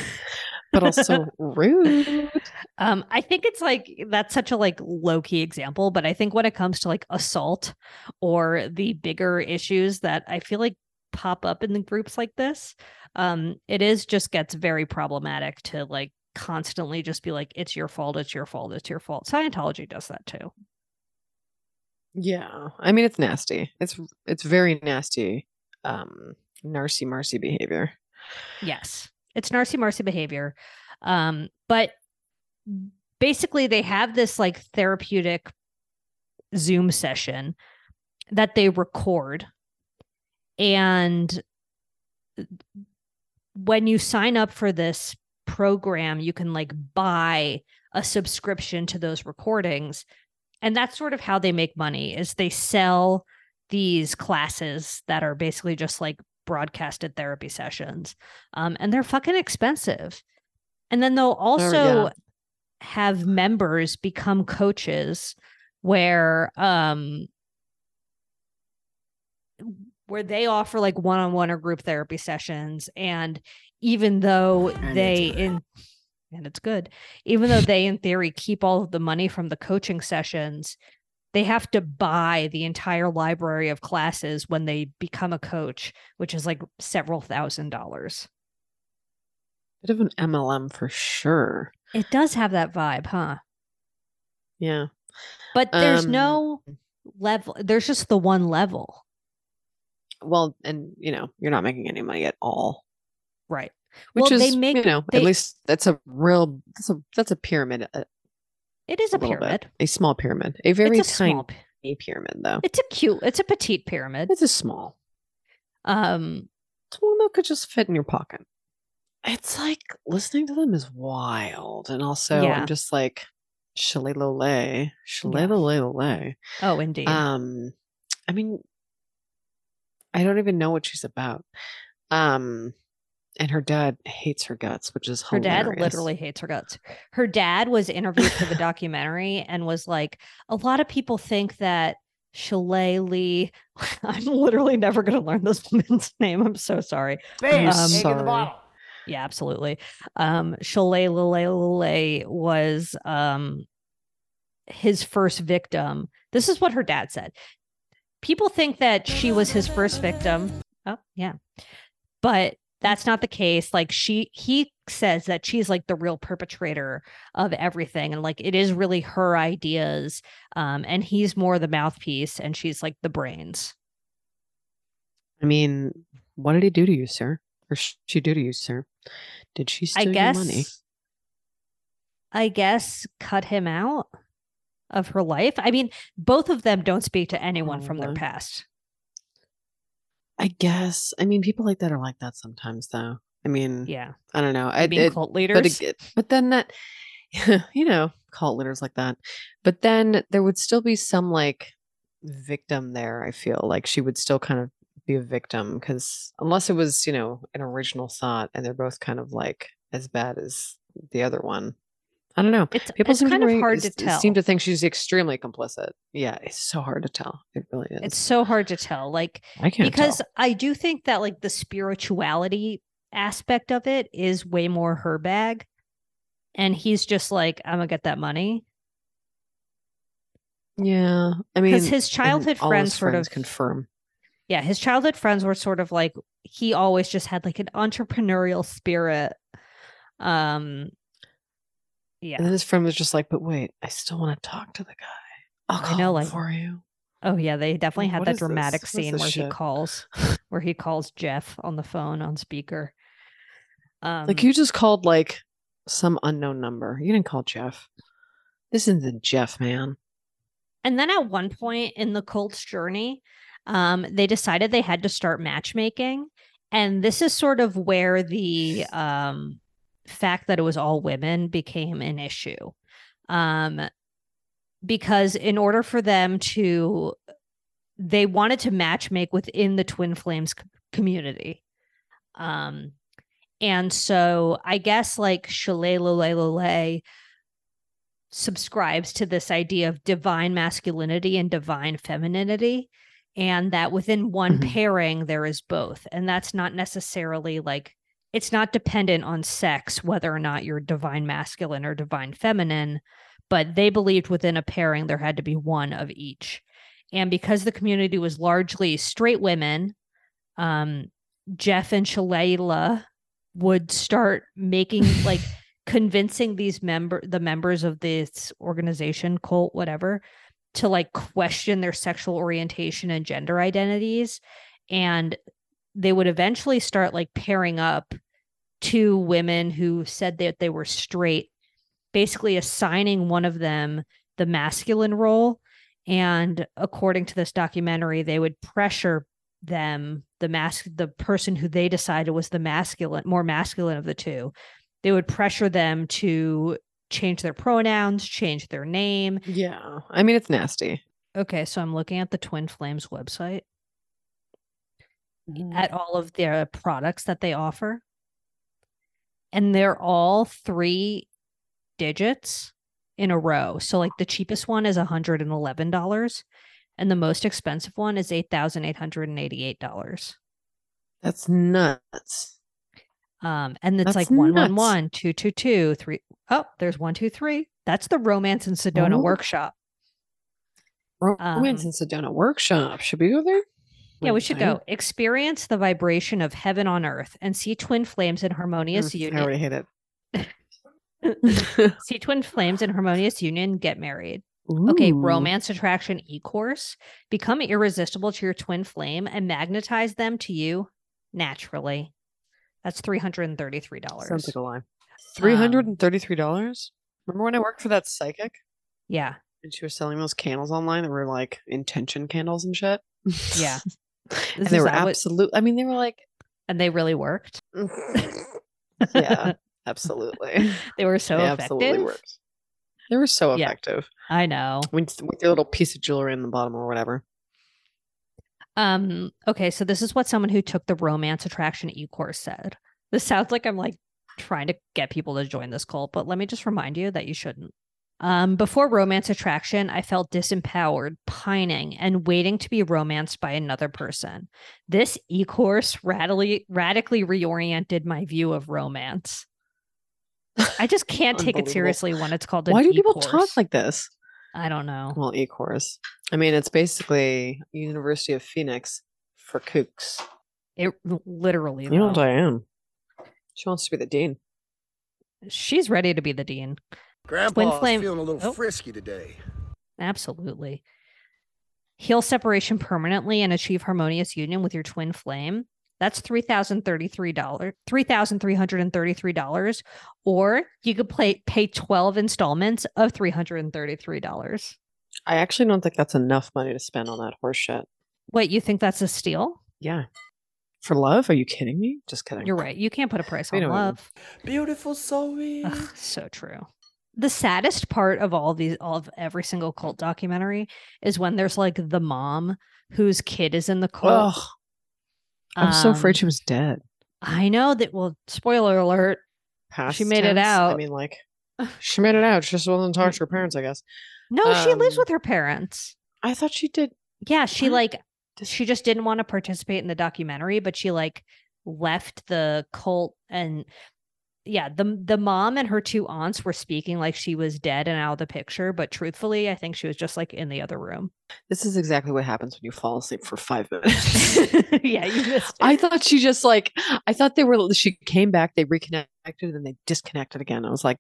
Speaker 4: but also rude.
Speaker 2: Um, I think it's like that's such a like low key example, but I think when it comes to like assault or the bigger issues that I feel like pop up in the groups like this, um, it is just gets very problematic to like constantly just be like, it's your fault, it's your fault, it's your fault. Scientology does that too.
Speaker 4: Yeah. I mean, it's nasty. It's it's very nasty. Um, narcy marcy behavior.
Speaker 2: Yes. It's narcy marcy behavior. Um, but basically they have this like therapeutic Zoom session that they record. And when you sign up for this program, you can like buy a subscription to those recordings. And that's sort of how they make money is they sell these classes that are basically just like broadcasted therapy sessions. Um, and they're fucking expensive. And then they'll also
Speaker 4: yeah.
Speaker 2: have members become coaches where um where they offer like one-on-one or group therapy sessions and even though
Speaker 6: And
Speaker 2: they
Speaker 6: it's good.
Speaker 2: in and it's good even though they in theory keep all of the money from the coaching sessions they have to buy the entire library of classes when they become a coach which is like several thousand dollars
Speaker 4: Bit of an MLM for sure.
Speaker 2: it does have that vibe huh
Speaker 4: Yeah.
Speaker 2: but there's
Speaker 4: Um,
Speaker 2: no level there's just the one level
Speaker 4: Well, and you know, you're not making any money at all.
Speaker 2: right
Speaker 4: Which
Speaker 2: Well,
Speaker 4: is
Speaker 2: they make-
Speaker 4: you know,
Speaker 2: they-
Speaker 4: at least that's a real that's a that's a pyramid. A,
Speaker 2: it is a,
Speaker 4: little bit.
Speaker 2: pyramid
Speaker 4: A small pyramid. A very
Speaker 2: it's a
Speaker 4: tiny
Speaker 2: small p-
Speaker 4: pyramid though.
Speaker 2: it's a cute it's a petite pyramid
Speaker 4: It's a small.
Speaker 2: um
Speaker 4: It's one that could just fit in your pocket. It's like listening to them is wild. And also
Speaker 2: Yeah.
Speaker 4: I'm just like shalilole. Shalilole.
Speaker 2: oh indeed
Speaker 4: Um I mean I don't even know what she's about. Um and her dad hates her guts, which is
Speaker 2: her dad
Speaker 4: hilarious.
Speaker 2: literally hates her guts her dad was interviewed for the documentary and was like a lot of people think that Shillelagh, I'm literally never going to learn this woman's name. I'm so sorry.
Speaker 4: I'm
Speaker 2: um,
Speaker 4: sorry.
Speaker 2: Yeah, absolutely. Um, Shillelagh was um, his first victim. This is what her dad said. People think that she was his first victim. Oh, yeah. But that's not the case. Like she he says that she's like the real perpetrator of everything and like it is really her ideas um and he's more the mouthpiece and she's like the brains.
Speaker 4: I mean, what did he do to you, sir? Or sh- she do to you, sir? Did she steal
Speaker 2: I guess
Speaker 4: your money?
Speaker 2: I guess cut him out of her life. I mean, both of them don't speak to anyone from their
Speaker 4: Probably.
Speaker 2: past.
Speaker 4: I guess. I mean, people like that are like that sometimes, though. I mean,
Speaker 2: Yeah.
Speaker 4: I don't know. Mm. I,
Speaker 2: Being
Speaker 4: it,
Speaker 2: cult
Speaker 4: but,
Speaker 2: leaders.
Speaker 4: ag- but then that, you know, cult leaders like that. But then there would still be some like victim there. I feel like she would still kind of be a victim because unless it was, you know, an original thought and they're both kind of like as bad as the other one. I don't know.
Speaker 2: it's
Speaker 4: People
Speaker 2: it's
Speaker 4: seem
Speaker 2: kind
Speaker 4: to
Speaker 2: of
Speaker 4: re-
Speaker 2: hard to
Speaker 4: s-
Speaker 2: tell.
Speaker 4: Seem to think she's extremely complicit. Yeah, it's so hard to tell. It really is.
Speaker 2: it's so hard to tell. Like
Speaker 4: I can't tell.
Speaker 2: because I do think that like the spirituality aspect of it is way more her bag. And he's just like, I'm gonna get that money.
Speaker 4: yeah, I mean,
Speaker 2: Because his
Speaker 4: and
Speaker 2: childhood
Speaker 4: all his
Speaker 2: friends sort
Speaker 4: friends
Speaker 2: of
Speaker 4: confirm.
Speaker 2: yeah, his childhood friends were sort of like he always just had like an entrepreneurial spirit. Um
Speaker 4: And
Speaker 2: yeah.
Speaker 4: then his friend was just like, "But wait, I still want to talk to the guy. I'll
Speaker 2: I
Speaker 4: call
Speaker 2: know,
Speaker 4: him
Speaker 2: like-
Speaker 4: for you."
Speaker 2: Oh yeah, they definitely
Speaker 4: Like,
Speaker 2: had
Speaker 4: what
Speaker 2: that
Speaker 4: is this?
Speaker 2: dramatic
Speaker 4: What is
Speaker 2: scene
Speaker 4: this
Speaker 2: where he
Speaker 4: shit?
Speaker 2: calls where he calls Jeff on the phone on speaker. Um
Speaker 4: like you just called like some unknown number. You didn't call Jeff. This isn't Jeff, man.
Speaker 2: And then at one point in the cult's journey, um, they decided they had to start matchmaking. And this is sort of where the um, fact that it was all women became an issue. Um, because in order for them to, they wanted to matchmake within the Twin Flames c- community. Um, and so I guess like Shalalalalalalay subscribes to this idea of divine masculinity and divine femininity and that within one
Speaker 4: Mhm.
Speaker 2: pairing there is both and that's not necessarily like it's not dependent on sex whether or not you're divine masculine or divine feminine but they believed within a pairing there had to be one of each and because the community was largely straight women um jeff and shalala would start making like convincing these member the members of this organization cult whatever to like question their sexual orientation and gender identities and they would eventually start like pairing up two women who said that they were straight basically assigning one of them the masculine role and according to this documentary they would pressure them the mask the person who they decided was the masculine more masculine of the two they would pressure them to change their pronouns change their name
Speaker 4: Yeah. I mean, it's nasty.
Speaker 2: okay so i'm looking at the twin flames website
Speaker 4: Mm-hmm.
Speaker 2: at all of their products that they offer and they're all three digits in a row so like the cheapest one is $111 and the most expensive one is $8888
Speaker 4: That's nuts.
Speaker 2: um and it's
Speaker 4: That's
Speaker 2: like one one
Speaker 4: nuts.
Speaker 2: one two two two three oh there's one two three that's the romance in sedona
Speaker 4: Oh.
Speaker 2: workshop
Speaker 4: Romance
Speaker 2: Um,
Speaker 4: in Sedona workshop. Should we go there?
Speaker 2: Yeah, we
Speaker 4: Wait,
Speaker 2: should
Speaker 4: I don't-
Speaker 2: go. Experience the vibration of heaven on earth and see twin flames in harmonious
Speaker 4: Mm, I
Speaker 2: union.
Speaker 4: already hate it.
Speaker 2: See twin flames in harmonious union, get married. Okay,
Speaker 4: Ooh.
Speaker 2: romance attraction e course. Become irresistible to your twin flame and magnetize them to you naturally. That's $333.
Speaker 4: Sounds like a lie. Three hundred and thirty-three dollars. Remember when I worked for that psychic
Speaker 2: yeah.
Speaker 4: and she was selling those candles online that were like intention candles and shit?
Speaker 2: Yeah.
Speaker 4: and
Speaker 2: This
Speaker 4: they
Speaker 2: is
Speaker 4: were
Speaker 2: that what-
Speaker 4: absolute. I mean, they were like,
Speaker 2: And they really worked.
Speaker 4: yeah, absolutely.
Speaker 2: they were so
Speaker 4: they absolutely
Speaker 2: effective.
Speaker 4: worked. They were so
Speaker 2: Yeah.
Speaker 4: effective
Speaker 2: I know.
Speaker 4: with, with your little piece of jewelry in the bottom or whatever.
Speaker 2: Um, okay, so this is what someone who took the romance attraction e course said. This sounds like I'm like trying to get people to join this cult, but let me just remind you that you shouldn't. Um, before romance attraction, I felt disempowered, pining, and waiting to be romanced by another person. This e course radically, radically reoriented my view of romance. I just can't take it
Speaker 4: Unbelievable.
Speaker 2: seriously when it's called an
Speaker 4: Why do people talk
Speaker 2: e-course.
Speaker 4: like this?
Speaker 2: I don't know.
Speaker 4: Well, e-course. I mean, it's basically University of Phoenix for kooks.
Speaker 2: It literally.
Speaker 4: You know
Speaker 2: though.
Speaker 4: what I am. She wants to be the dean.
Speaker 2: She's ready to be the dean.
Speaker 8: Grandpa's
Speaker 2: flame-
Speaker 8: feeling a little
Speaker 2: Oh.
Speaker 8: frisky today.
Speaker 2: Absolutely. Heal separation permanently and achieve harmonious union with your twin flame. That's three thousand thirty-three dollars, three thousand three hundred and thirty-three dollars, or you could play pay twelve installments of three hundred and thirty-three dollars.
Speaker 4: I actually don't think that's enough money to spend on that horse shit.
Speaker 2: Wait, you think that's a steal?
Speaker 4: Yeah. For love? Are you kidding me? Just kidding.
Speaker 2: You're right. You can't put a price on
Speaker 4: Wait a minute.
Speaker 2: love.
Speaker 1: Beautiful sorry.
Speaker 2: Ugh, so true. The saddest part of all these, all of every single cult documentary, is when there's like the mom whose kid is in the cult.
Speaker 4: Ugh, Oh, I'm so
Speaker 2: Um,
Speaker 4: afraid she was dead.
Speaker 2: I know that. Well, spoiler alert.
Speaker 4: Past
Speaker 2: made it out. Mm-hmm.
Speaker 4: I mean, like, she made it out. She just wasn't talking to her parents, I guess.
Speaker 2: No, she lives
Speaker 4: Um,
Speaker 2: with her parents.
Speaker 4: I thought she did.
Speaker 2: Yeah, she
Speaker 4: what?
Speaker 2: like she just didn't want to participate in the documentary, but she like left the cult and yeah, the the mom and her two aunts were speaking like she was dead and out of the picture, but truthfully, I think she was just like in the other room.
Speaker 4: This is exactly what happens when you fall asleep for five minutes.
Speaker 2: yeah, you missed it.
Speaker 4: I thought she just like I thought they were she came back, they reconnected, and then they disconnected again. I was like,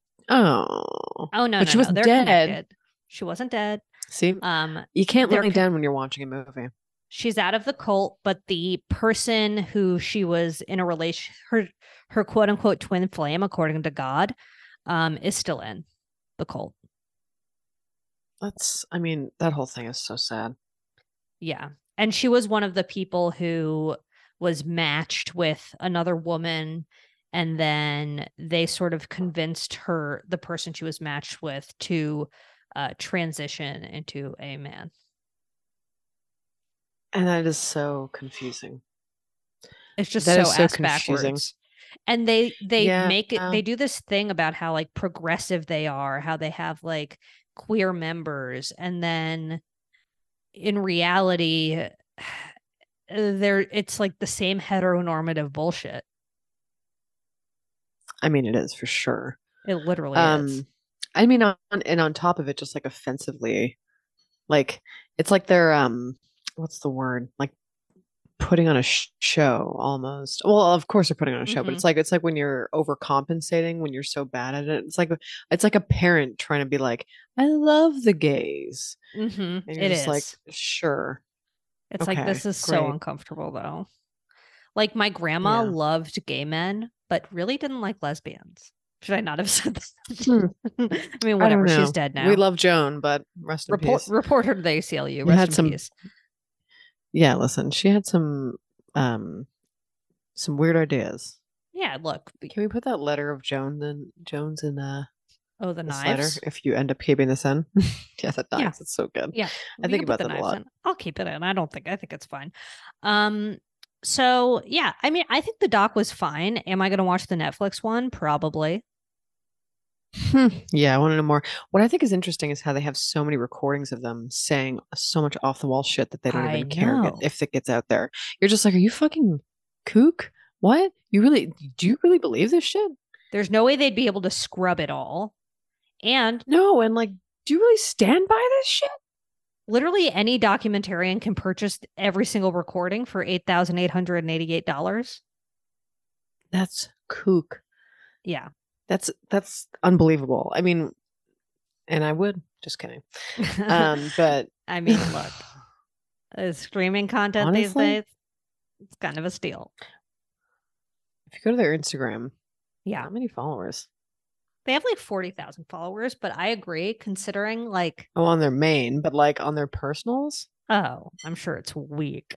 Speaker 4: oh,
Speaker 2: oh no, no,
Speaker 4: but she
Speaker 2: no,
Speaker 4: wasn't
Speaker 2: they're
Speaker 4: dead.
Speaker 2: connected. She wasn't dead.
Speaker 4: see,
Speaker 2: Um,
Speaker 4: you can't
Speaker 2: they're
Speaker 4: let me
Speaker 2: con-
Speaker 4: down when you're watching a movie.
Speaker 2: she's out of the cult but the person who she was in a relation her her quote unquote twin flame according to god um is still in the cult
Speaker 4: That's, I mean, that whole thing is so sad.
Speaker 2: yeah and she was one of the people who was matched with another woman and then they sort of convinced her the person she was matched with to uh transition into a man
Speaker 4: And that is so confusing.
Speaker 2: It's just
Speaker 4: That
Speaker 2: so,
Speaker 4: is so
Speaker 2: ass
Speaker 4: confusing.
Speaker 2: backwards. And they they
Speaker 4: Yeah. uh
Speaker 2: make it they do this thing about how like progressive they are, how they have like queer members and then in reality there it's like the same heteronormative bullshit.
Speaker 4: I mean, it is for sure.
Speaker 2: It literally is.
Speaker 4: Um, I mean, on and on top of it, just like offensively, like it's like they're um, what's the word? Like putting on a sh- show almost. Well, of course they're putting on a show, but
Speaker 2: Mm-hmm.
Speaker 4: it's like it's like when you're overcompensating when you're so bad at it. It's like it's like a parent trying to be like, I love the gays.
Speaker 2: Mm-hmm.
Speaker 4: And you're just like, sure.
Speaker 2: It's like
Speaker 4: Okay,
Speaker 2: this is so
Speaker 4: great.
Speaker 2: uncomfortable though. Like my grandma
Speaker 4: Yeah.
Speaker 2: loved gay men, but really didn't like lesbians. Should I not have said that? I mean,
Speaker 4: Hmm. I don't
Speaker 2: whatever. She's
Speaker 4: know.
Speaker 2: dead now.
Speaker 4: We love Joan, but rest in
Speaker 2: report
Speaker 4: peace.
Speaker 2: report her to the ACLU.
Speaker 4: We
Speaker 2: Rest
Speaker 4: had
Speaker 2: in
Speaker 4: some-
Speaker 2: peace.
Speaker 4: yeah, listen, she had some um some weird ideas.
Speaker 2: Yeah, look.
Speaker 4: Can we put that letter of Joan then Jones in uh
Speaker 2: Oh, the
Speaker 4: this
Speaker 2: knives.
Speaker 4: letter if you end up keeping this in? yeah, that
Speaker 2: Yeah.
Speaker 4: knives. It's so good.
Speaker 2: Yeah,
Speaker 4: I
Speaker 2: we
Speaker 4: think
Speaker 2: can put
Speaker 4: about
Speaker 2: the
Speaker 4: that a
Speaker 2: knives
Speaker 4: lot.
Speaker 2: in. I'll keep it in. I don't think I think it's fine. Um. So yeah, I mean, I think the doc was fine. Am I going to watch the Netflix one? Probably.
Speaker 4: Hmm. Yeah, I want to know more. What I think is interesting is how they have so many recordings of them saying so much off the wall shit that they don't
Speaker 2: I
Speaker 4: even care get-
Speaker 2: know.
Speaker 4: if it gets out there. You're just like, are you fucking kook? What? You really? Do you really believe this shit?
Speaker 2: There's no way they'd be able to scrub it all. And
Speaker 4: No. And like, do you really stand by this shit?
Speaker 2: literally any documentarian can purchase every single recording for eight thousand eight hundred and eighty-eight dollars.
Speaker 4: That's kook.
Speaker 2: Yeah,
Speaker 4: That's that's unbelievable. I mean, and I would. Just kidding. Um, but
Speaker 2: I mean, look, uh, streaming content these
Speaker 4: Honestly?
Speaker 2: days, it's kind of a steal.
Speaker 4: if you go to their Instagram,
Speaker 2: Yeah,
Speaker 4: how many followers?
Speaker 2: they have like forty thousand followers, but I agree. Considering like,
Speaker 4: Oh, on their main, but like on their personals.
Speaker 2: oh, I'm sure it's weak.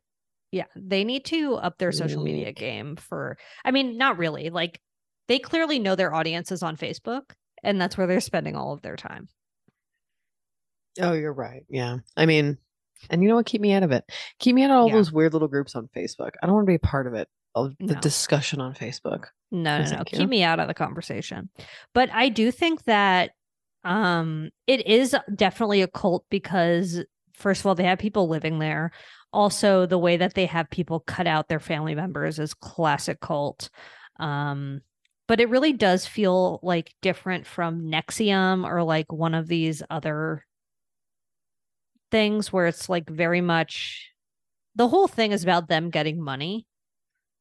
Speaker 2: Yeah, they need to up their social media
Speaker 4: Weak.
Speaker 2: game for. I mean, not really. Like, they clearly know their audience is on Facebook, and that's where they're spending all of their time.
Speaker 4: Oh, you're right. Yeah. I mean, and you know what? Keep me out of it. Keep me out of all
Speaker 2: Yeah.
Speaker 4: those weird little groups on Facebook. I don't want to be a part of it. Of the
Speaker 2: No.
Speaker 4: discussion on Facebook.
Speaker 2: No, no,
Speaker 4: Is
Speaker 2: no.
Speaker 4: that
Speaker 2: Keep
Speaker 4: cute?
Speaker 2: me out of the conversation. But I do think that um it is definitely a cult because first of all, they have people living there. Also, the way that they have people cut out their family members is classic cult. Um but it really does feel like different from Nexium or like one of these other things where it's like very much the whole thing is about them getting money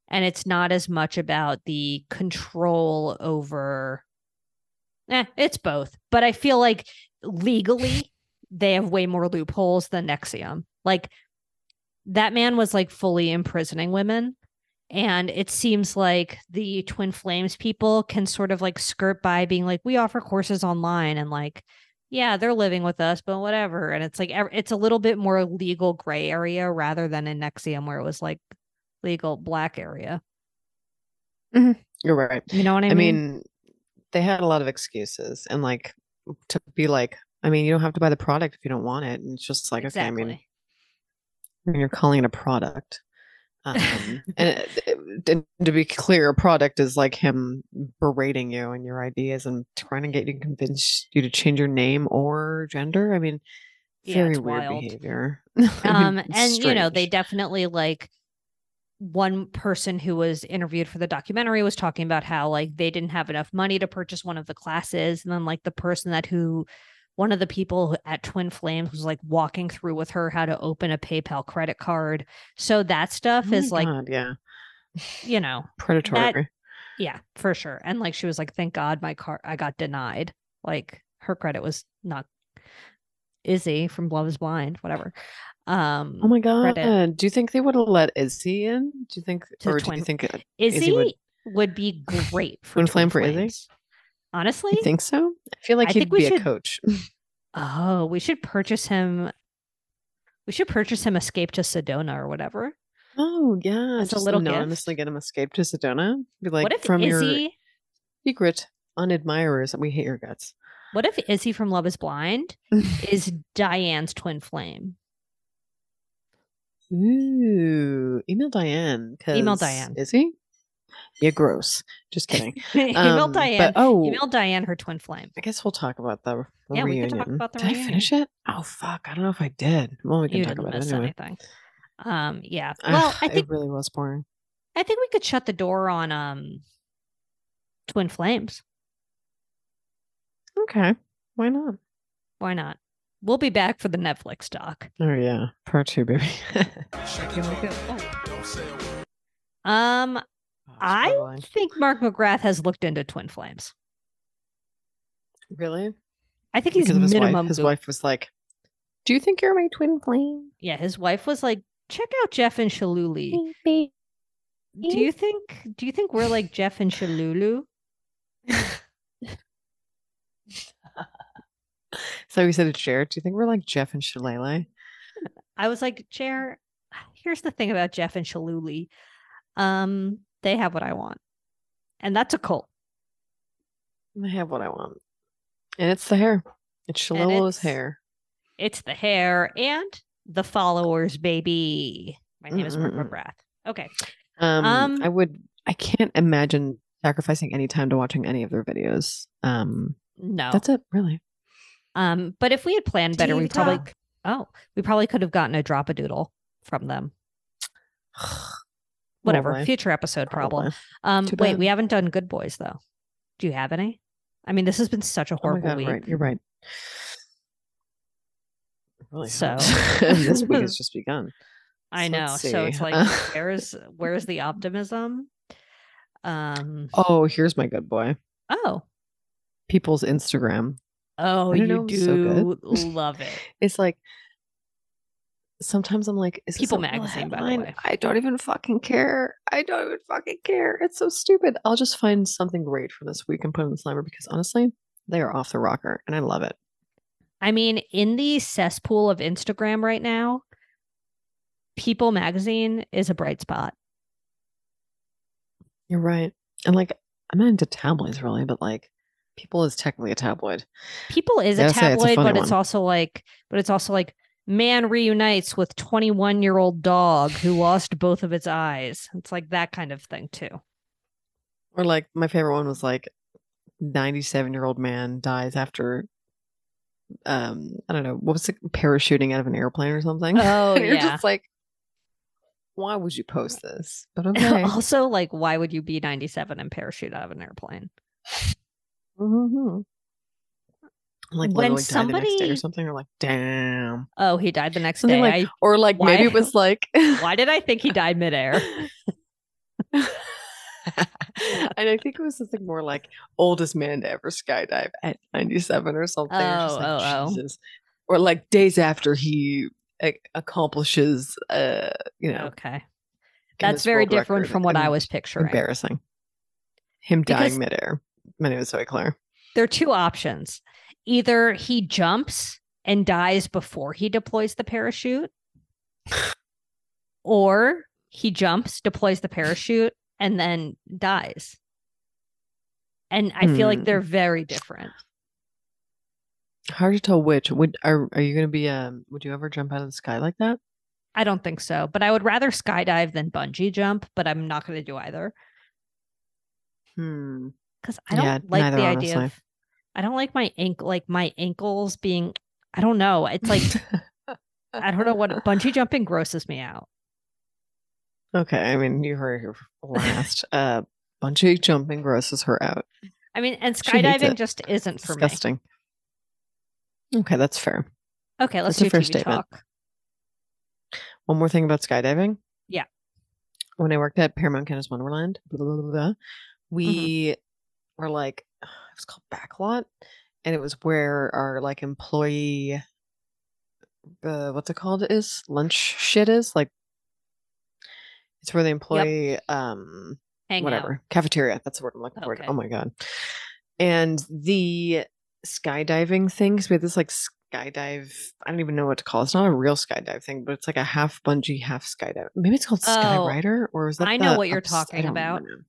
Speaker 2: and it's not as much about the control over eh, it's both but i feel like legally they have way more loopholes than nexium like that man was like fully imprisoning women and it seems like the twin flames people can sort of like skirt by being like we offer courses online and like yeah they're living with us but whatever and it's like ev- it's a little bit more legal gray area rather than in nexium where it was like legal black area.
Speaker 4: You're right.
Speaker 2: You know what I,
Speaker 4: I mean,
Speaker 2: mean?
Speaker 4: they had a lot of excuses and like to be like, I mean, you don't have to buy the product if you don't want it. And it's just like, okay, I mean, when you're calling it a product. Um, and, it- and to be clear, a product is like him berating you and your ideas and trying to get you convinced you to change your name or gender. I mean,
Speaker 2: Yeah,
Speaker 4: very
Speaker 2: it's
Speaker 4: weird
Speaker 2: wild.
Speaker 4: behavior.
Speaker 2: um, and you know, they definitely like one person who was interviewed for the documentary was talking about how like they didn't have enough money to purchase one of the classes, and then like the person that who one of the people at Twin Flames was like walking through with her how to open a PayPal credit card. So that stuff is like,
Speaker 4: Oh yeah,
Speaker 2: you know,
Speaker 4: predatory.
Speaker 2: Yeah, for sure. And like she was like, "Thank God my car I got denied." Like her credit was not Izzy from Love Is Blind, whatever. Um
Speaker 4: oh my god,
Speaker 2: credit.
Speaker 4: do you think they would have let Izzy in? Do you think,
Speaker 2: To
Speaker 4: or do
Speaker 2: Twin-
Speaker 4: you think, uh,
Speaker 2: Izzy,
Speaker 4: Izzy would-
Speaker 2: would, be great for
Speaker 4: Twin
Speaker 2: Twin
Speaker 4: Flame for Izzy?
Speaker 2: Flames. Honestly,
Speaker 4: you think so? I feel like
Speaker 2: I
Speaker 4: he'd
Speaker 2: think we
Speaker 4: be
Speaker 2: should-
Speaker 4: a coach.
Speaker 2: oh, we should purchase him. We should purchase him Escape to Sedona or whatever.
Speaker 4: Oh yeah,
Speaker 2: As a
Speaker 4: just
Speaker 2: little
Speaker 4: anonymously get him escaped to Sedona. Be like
Speaker 2: what if
Speaker 4: from your
Speaker 2: Izzy?
Speaker 4: secret unadmirers and we hate your guts.
Speaker 2: What if Izzy from Love Is Blind is Diane's twin flame?
Speaker 4: Ooh, email Diane.
Speaker 2: Email
Speaker 4: 'cause
Speaker 2: Diane.
Speaker 4: Is he? Yeah, gross. Just kidding.
Speaker 2: email
Speaker 4: Um, but-
Speaker 2: Diane.
Speaker 4: oh,
Speaker 2: Email Diane her twin flame.
Speaker 4: I guess we'll talk about the, the
Speaker 2: Yeah, we
Speaker 4: reunion.
Speaker 2: can talk about the
Speaker 4: did I finish it? Oh fuck, I don't know if I did. Well, we can
Speaker 2: you
Speaker 4: talk
Speaker 2: didn't
Speaker 4: about
Speaker 2: miss
Speaker 4: it anyway.
Speaker 2: anything. Um, yeah.
Speaker 4: Ugh,
Speaker 2: Well, I think
Speaker 4: it really was boring.
Speaker 2: I think we could shut the door on um Twin Flames.
Speaker 4: Okay, why not?
Speaker 2: Why not? We'll be back for the Netflix doc.
Speaker 4: Oh yeah, part two, baby.
Speaker 3: Shake it up. Don't
Speaker 2: Um,
Speaker 4: Oh, it's
Speaker 2: I
Speaker 4: borderline.
Speaker 2: think Mark McGrath has looked into twin flames.
Speaker 4: really
Speaker 2: I think he's minimum.
Speaker 4: wife. His
Speaker 2: Goog-
Speaker 4: wife was like, "Do you think you're my twin flame?"
Speaker 2: Yeah, his wife was like, "Check out Jeff and Shaluli." Do you think? Do you think we're like Jeff and Shalulu?
Speaker 4: So he said to Jared, "Do you think we're like Jeff and Shillelagh?"
Speaker 2: I was like, Jer, here's the thing about Jeff and Shaluli. Um, they have what I want. And that's a cult.
Speaker 4: I have what I want, and it's the hair.
Speaker 2: And
Speaker 4: It's Shillelah's
Speaker 2: it's-
Speaker 4: hair.
Speaker 2: It's the hair and the followers, baby. My name is Mark
Speaker 4: Mm-mm-mm.
Speaker 2: McGrath. Okay.
Speaker 4: Um,
Speaker 2: Um,
Speaker 4: I would. I can't imagine sacrificing any time to watching any of their videos. Um,
Speaker 2: No.
Speaker 4: that's it, really.
Speaker 2: um, but if we had planned better, we probably oh, we probably could have gotten a drop a doodle from them. Whatever.
Speaker 4: Probably.
Speaker 2: Future episode problem.
Speaker 4: Probably.
Speaker 2: Um
Speaker 4: Too
Speaker 2: wait,
Speaker 4: bad.
Speaker 2: we haven't done good boys though. Do you have any? I mean, this has been such a
Speaker 4: Oh my
Speaker 2: horrible
Speaker 4: God,
Speaker 2: week.
Speaker 4: right? You're right. Really
Speaker 2: So-
Speaker 4: helps. And this week has just begun.
Speaker 2: I
Speaker 4: So
Speaker 2: know.
Speaker 4: let's
Speaker 2: So it's
Speaker 4: see.
Speaker 2: like,
Speaker 4: Uh,
Speaker 2: where's where's the optimism? Um.
Speaker 4: Oh, here's my good boy.
Speaker 2: Oh.
Speaker 4: People's Instagram.
Speaker 2: Oh,
Speaker 4: I
Speaker 2: you
Speaker 4: don't know,
Speaker 2: do
Speaker 4: so good.
Speaker 2: love it.
Speaker 4: It's like sometimes I'm like, is this
Speaker 2: People
Speaker 4: a real
Speaker 2: magazine, by the
Speaker 4: headline?
Speaker 2: way.
Speaker 4: I don't even fucking care. I don't even fucking care. It's so stupid. I'll just find something great from this week and put it in the slimer because honestly, they are off the rocker and I love it.
Speaker 2: I mean, in the cesspool of Instagram right now, People Magazine is a bright spot.
Speaker 4: You're right. And like, I'm not into tabloids really, but like, People is technically a tabloid.
Speaker 2: People is a
Speaker 4: Gotta say,
Speaker 2: tabloid,
Speaker 4: it's a funny
Speaker 2: but it's
Speaker 4: one.
Speaker 2: also like, but it's also like, man reunites with 21 year old dog who lost both of its eyes. It's like that kind of thing too.
Speaker 4: Or like, my favorite one was like, 97 year old man dies after, um, I don't know, what was it, parachuting out of an airplane or something?
Speaker 2: Oh
Speaker 4: and you're
Speaker 2: yeah.
Speaker 4: just like, why would you post this? But okay.
Speaker 2: also, like, why would you be 97 and parachute out of an airplane?
Speaker 4: Mhm. Like
Speaker 2: When
Speaker 4: when somebody the next day
Speaker 2: somebody-
Speaker 4: or something, or like damn,
Speaker 2: Oh, he died the next
Speaker 4: Something
Speaker 2: day.
Speaker 4: like- or like maybe it
Speaker 2: Why-
Speaker 4: was like
Speaker 2: I, why did I think he died midair?
Speaker 4: and I think it was something more like oldest man to ever skydive at 97 or something. or just
Speaker 2: Oh,
Speaker 4: like,
Speaker 2: oh, oh.
Speaker 4: Jesus. Or like days after he ac- accomplishes, uh, you know,
Speaker 2: Okay.
Speaker 4: Guinness
Speaker 2: Oh, That's very
Speaker 4: World
Speaker 2: different
Speaker 4: Record
Speaker 2: from what I
Speaker 4: and
Speaker 2: was picturing.
Speaker 4: Embarrassing. Him
Speaker 2: Because-
Speaker 4: dying midair. My name is Zoe Claire.
Speaker 2: There are two options. Either he jumps and dies before he deploys the parachute, or he jumps, deploys the parachute, and then dies. And I feel like
Speaker 4: Hmm.
Speaker 2: they're very different.
Speaker 4: Hard to tell which. Would are are you gonna be um would you ever jump out of the sky like that?
Speaker 2: I don't think so, but I would rather skydive than bungee jump, but I'm not going to do either.
Speaker 4: Hmm.
Speaker 2: because I don't
Speaker 4: Yeah,
Speaker 2: like
Speaker 4: neither,
Speaker 2: the idea
Speaker 4: honestly.
Speaker 2: of I don't like my ankle like my ankles being I don't know. It's like I don't know what bungee jumping grosses me out.
Speaker 4: Okay, I mean you heard her last. uh bungee jumping grosses her out.
Speaker 2: I mean, and
Speaker 4: She hates
Speaker 2: skydiving
Speaker 4: it.
Speaker 2: just isn't for
Speaker 4: Disgusting. Okay, that's fair.
Speaker 2: me. Okay, let's
Speaker 4: That's a
Speaker 2: do
Speaker 4: fair
Speaker 2: TV
Speaker 4: statement.
Speaker 2: talk.
Speaker 4: One more thing about skydiving.
Speaker 2: Yeah.
Speaker 4: When I worked at Paramount Canada's Wonderland, blah, blah, blah, blah, we
Speaker 2: Mm-hmm.
Speaker 4: were like, it was called Backlot, and it was where our like employee, uh, what's it called? Is lunch shit is like, it's where the employee um
Speaker 2: Hang
Speaker 4: whatever
Speaker 2: Out.
Speaker 4: cafeteria. That's the word I'm looking for.
Speaker 2: Okay.
Speaker 4: Oh my god! And the skydiving things. We had this like skydive. I don't even know what to call. it. It's not a real skydive thing, but it's like a half bungee, half skydive. Maybe it's called Sky
Speaker 2: Oh,
Speaker 4: Rider, or was that?
Speaker 2: I know
Speaker 4: the
Speaker 2: what you're
Speaker 4: ups- I
Speaker 2: talking
Speaker 4: don't
Speaker 2: about.
Speaker 4: remember.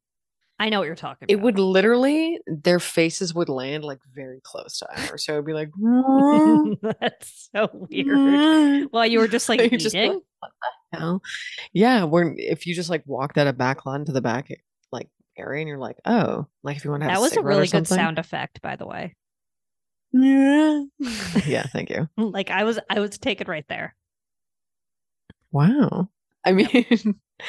Speaker 2: I know what you're talking about.
Speaker 4: It would literally, their faces would land like very close to ours, so it would be like. "Meow,
Speaker 2: That's so weird.
Speaker 4: meow."
Speaker 2: Well, you were just like
Speaker 4: You're
Speaker 2: eating.
Speaker 4: just like, what the hell? Yeah, when if you just like walked out of back line to the back eh, like area and you're like, oh, like if you want to have
Speaker 2: that
Speaker 4: a
Speaker 2: was a
Speaker 4: cigarette or
Speaker 2: really good
Speaker 4: something.
Speaker 2: sound effect, by the way.
Speaker 4: Yeah. yeah, thank you.
Speaker 2: Like I was, I was taken right there.
Speaker 4: Wow. I mean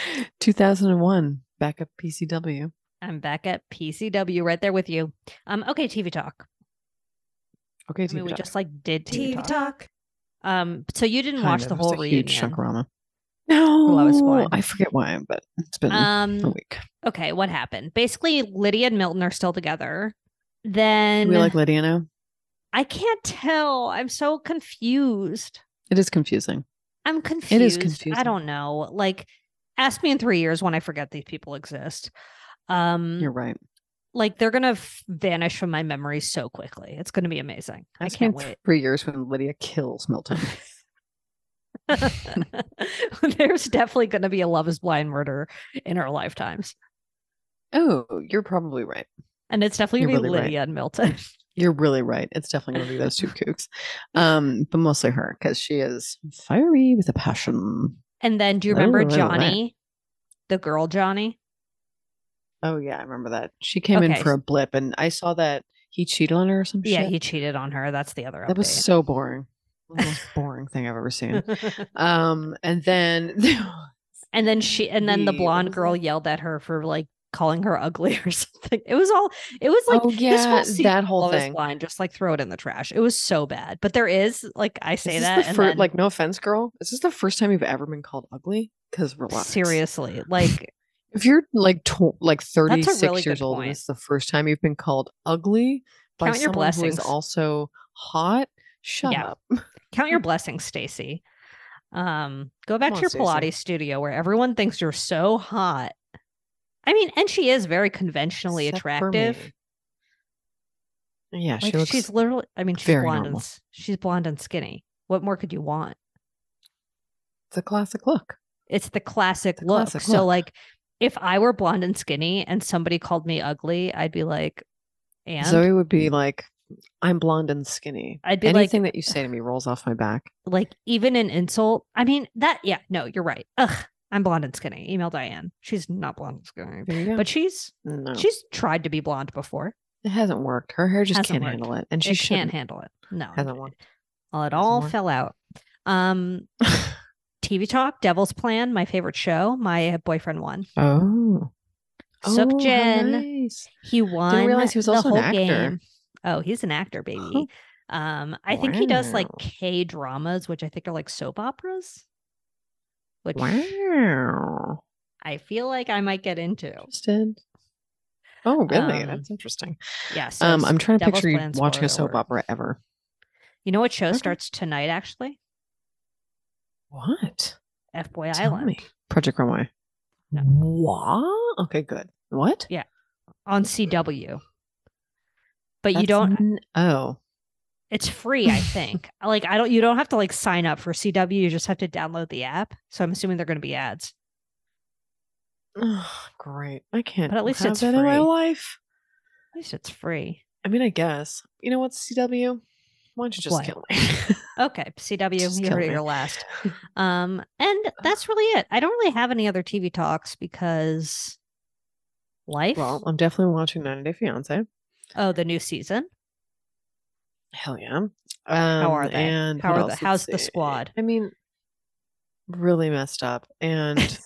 Speaker 4: 2001 back up PCW.
Speaker 2: I'm back at PCW right there with you. Um, okay, TV talk.
Speaker 4: Okay,
Speaker 2: I mean,
Speaker 4: TV
Speaker 2: we
Speaker 4: talk.
Speaker 2: just like did TV,
Speaker 7: TV
Speaker 2: talk. Um, so you didn't
Speaker 4: Kind
Speaker 2: watch
Speaker 4: of.
Speaker 2: the
Speaker 4: It was
Speaker 2: whole
Speaker 4: a
Speaker 2: reunion.
Speaker 4: huge chunkorama. No,
Speaker 2: Lois Wine.
Speaker 4: I forget why, but it's been a
Speaker 2: Um,
Speaker 4: week.
Speaker 2: okay, what happened? Basically, Lydia and Milton are still together. Then
Speaker 4: we like Lydia now.
Speaker 2: I can't tell. I'm so confused.
Speaker 4: It is confusing.
Speaker 2: I'm confused.
Speaker 4: It is
Speaker 2: I
Speaker 4: confusing.
Speaker 2: don't know. Like, ask me in three years when I forget these people exist. Um,
Speaker 4: You're right.
Speaker 2: like they're gonna f- vanish from my memory so quickly. It's gonna be amazing. I
Speaker 4: Ask me
Speaker 2: can't
Speaker 4: in
Speaker 2: wait.
Speaker 4: Three years when Lydia kills Milton.
Speaker 2: There's definitely gonna be a Love Is Blind murder in our lifetimes,
Speaker 4: oh, you're probably right.
Speaker 2: and it's definitely gonna
Speaker 4: You're
Speaker 2: be
Speaker 4: really right.
Speaker 2: Lydia and Milton.
Speaker 4: You're really right. It's definitely going to be those two kooks, um, but mostly her because she is fiery with a passion.
Speaker 2: and then, do you
Speaker 4: I don't
Speaker 2: remember
Speaker 4: remember that.
Speaker 2: Johnny, the girl Johnny?
Speaker 4: Oh yeah, I remember that. She came
Speaker 2: Okay.
Speaker 4: in for a blip, and I saw that he cheated on her or some
Speaker 2: Yeah,
Speaker 4: Oh, shit.
Speaker 2: he cheated on her. That's the other
Speaker 4: that was
Speaker 2: update.
Speaker 4: so boring. The most boring thing I've ever seen. Um, and then
Speaker 2: and then she, and then the
Speaker 4: the- what
Speaker 2: blonde
Speaker 4: was
Speaker 2: girl
Speaker 4: it?
Speaker 2: yelled at her for like calling her ugly or something. It was all. It was like
Speaker 4: oh
Speaker 2: this whole
Speaker 4: yeah,
Speaker 2: season
Speaker 4: that
Speaker 2: of
Speaker 4: whole
Speaker 2: Love Is
Speaker 4: thing.
Speaker 2: Blind, just like throw it in the trash. It was so bad. But there is, like, I say
Speaker 4: is this
Speaker 2: that,
Speaker 4: the
Speaker 2: and
Speaker 4: fir-
Speaker 2: then,
Speaker 4: like no offense, girl. Is this the first time you've ever been called ugly? Because relax.
Speaker 2: seriously, like,
Speaker 4: If you're like tw- like 36
Speaker 2: really
Speaker 4: years
Speaker 2: good
Speaker 4: old
Speaker 2: point.
Speaker 4: and it's the first time you've been called ugly by
Speaker 2: Count your
Speaker 4: someone who is
Speaker 2: blessings.
Speaker 4: also hot, shut
Speaker 2: Yeah.
Speaker 4: up.
Speaker 2: count your blessings, Stacy. Um, go back
Speaker 4: Come
Speaker 2: to
Speaker 4: on,
Speaker 2: your
Speaker 4: Stacey.
Speaker 2: Pilates studio where everyone thinks you're so hot. I mean, and she is very conventionally
Speaker 4: Except for
Speaker 2: attractive.
Speaker 4: me. Yeah,
Speaker 2: Like
Speaker 4: she looks
Speaker 2: she's literally, I mean, she's
Speaker 4: very
Speaker 2: blonde and
Speaker 4: normal.
Speaker 2: s- she's blonde and skinny. What more could you want?
Speaker 4: it's a classic look.
Speaker 2: It's the classic
Speaker 4: The
Speaker 2: look.
Speaker 4: classic
Speaker 2: so
Speaker 4: look.
Speaker 2: like, if I were blonde and skinny and somebody called me ugly, I'd be like, and
Speaker 4: Zoe would be like, I'm blonde and skinny.
Speaker 2: I'd be like-
Speaker 4: Anything that you say to me rolls off my back.
Speaker 2: like even an insult. I mean that yeah, no, you're right. Ugh, I'm blonde and skinny. Email Diane. She's not blonde and skinny.
Speaker 4: There you go.
Speaker 2: But she's
Speaker 4: no,
Speaker 2: she's tried to be blonde before.
Speaker 4: it hasn't worked. Her hair just
Speaker 2: Hasn't
Speaker 4: can't
Speaker 2: worked.
Speaker 4: handle it. And she
Speaker 2: She can't
Speaker 4: shouldn't.
Speaker 2: handle it. No.
Speaker 4: Hasn't worked.
Speaker 2: Well, it
Speaker 4: Hasn't
Speaker 2: all
Speaker 4: worked.
Speaker 2: fell out. Um TV Talk, Devil's Plan, my favorite show. My boyfriend won.
Speaker 4: Oh.
Speaker 2: Suk
Speaker 4: Oh, how
Speaker 2: Jin.
Speaker 4: nice.
Speaker 2: He won.
Speaker 4: realize he was
Speaker 2: the
Speaker 4: also an
Speaker 2: whole
Speaker 4: actor.
Speaker 2: game. Oh, he's an actor, baby.
Speaker 4: Huh.
Speaker 2: Um, I think he does like
Speaker 4: Wow.
Speaker 2: K dramas, which I think are like soap operas. Which
Speaker 4: Wow.
Speaker 2: I feel like I might get into.
Speaker 4: Interested. Oh, really?
Speaker 2: Um,
Speaker 4: That's interesting.
Speaker 2: Yeah. So
Speaker 4: Um, I'm trying to
Speaker 2: Devil's
Speaker 4: picture you
Speaker 2: Plan,
Speaker 4: watching a
Speaker 2: spoiler
Speaker 4: soap
Speaker 2: alert.
Speaker 4: opera ever.
Speaker 2: You know what show
Speaker 4: Okay.
Speaker 2: starts tonight? Actually,
Speaker 4: What?
Speaker 2: F Boy
Speaker 4: Tell
Speaker 2: Island
Speaker 4: me. Project Runway.
Speaker 2: No.
Speaker 4: What? Okay, good. What?
Speaker 2: Yeah, on CW. But you
Speaker 4: That's
Speaker 2: don't.
Speaker 4: n- oh,
Speaker 2: It's free, I think. like I don't. You don't have to like sign up for CW. You just have to download the app. So I'm assuming they're going to be ads.
Speaker 4: Ugh, great. I can't.
Speaker 2: But at least
Speaker 4: have
Speaker 2: it's
Speaker 4: that in my
Speaker 2: free.
Speaker 4: life.
Speaker 2: At least it's free.
Speaker 4: I mean, I guess. You know what, CW? Why don't you just
Speaker 2: What?
Speaker 4: kill me?
Speaker 2: Okay, CW.
Speaker 4: Just Uh.
Speaker 2: you
Speaker 4: kill
Speaker 2: heard it
Speaker 4: me.
Speaker 2: your last. Um, and that's really it. I don't really have any other TV talks because life.
Speaker 4: well, I'm definitely watching 90 Day Fiance.
Speaker 2: oh, the new season.
Speaker 4: Hell yeah. Um,
Speaker 2: are they?
Speaker 4: And
Speaker 2: How
Speaker 4: what
Speaker 2: are the-
Speaker 4: else?
Speaker 2: how's
Speaker 4: Let's
Speaker 2: the
Speaker 4: see.
Speaker 2: squad?
Speaker 4: I mean, really messed up. And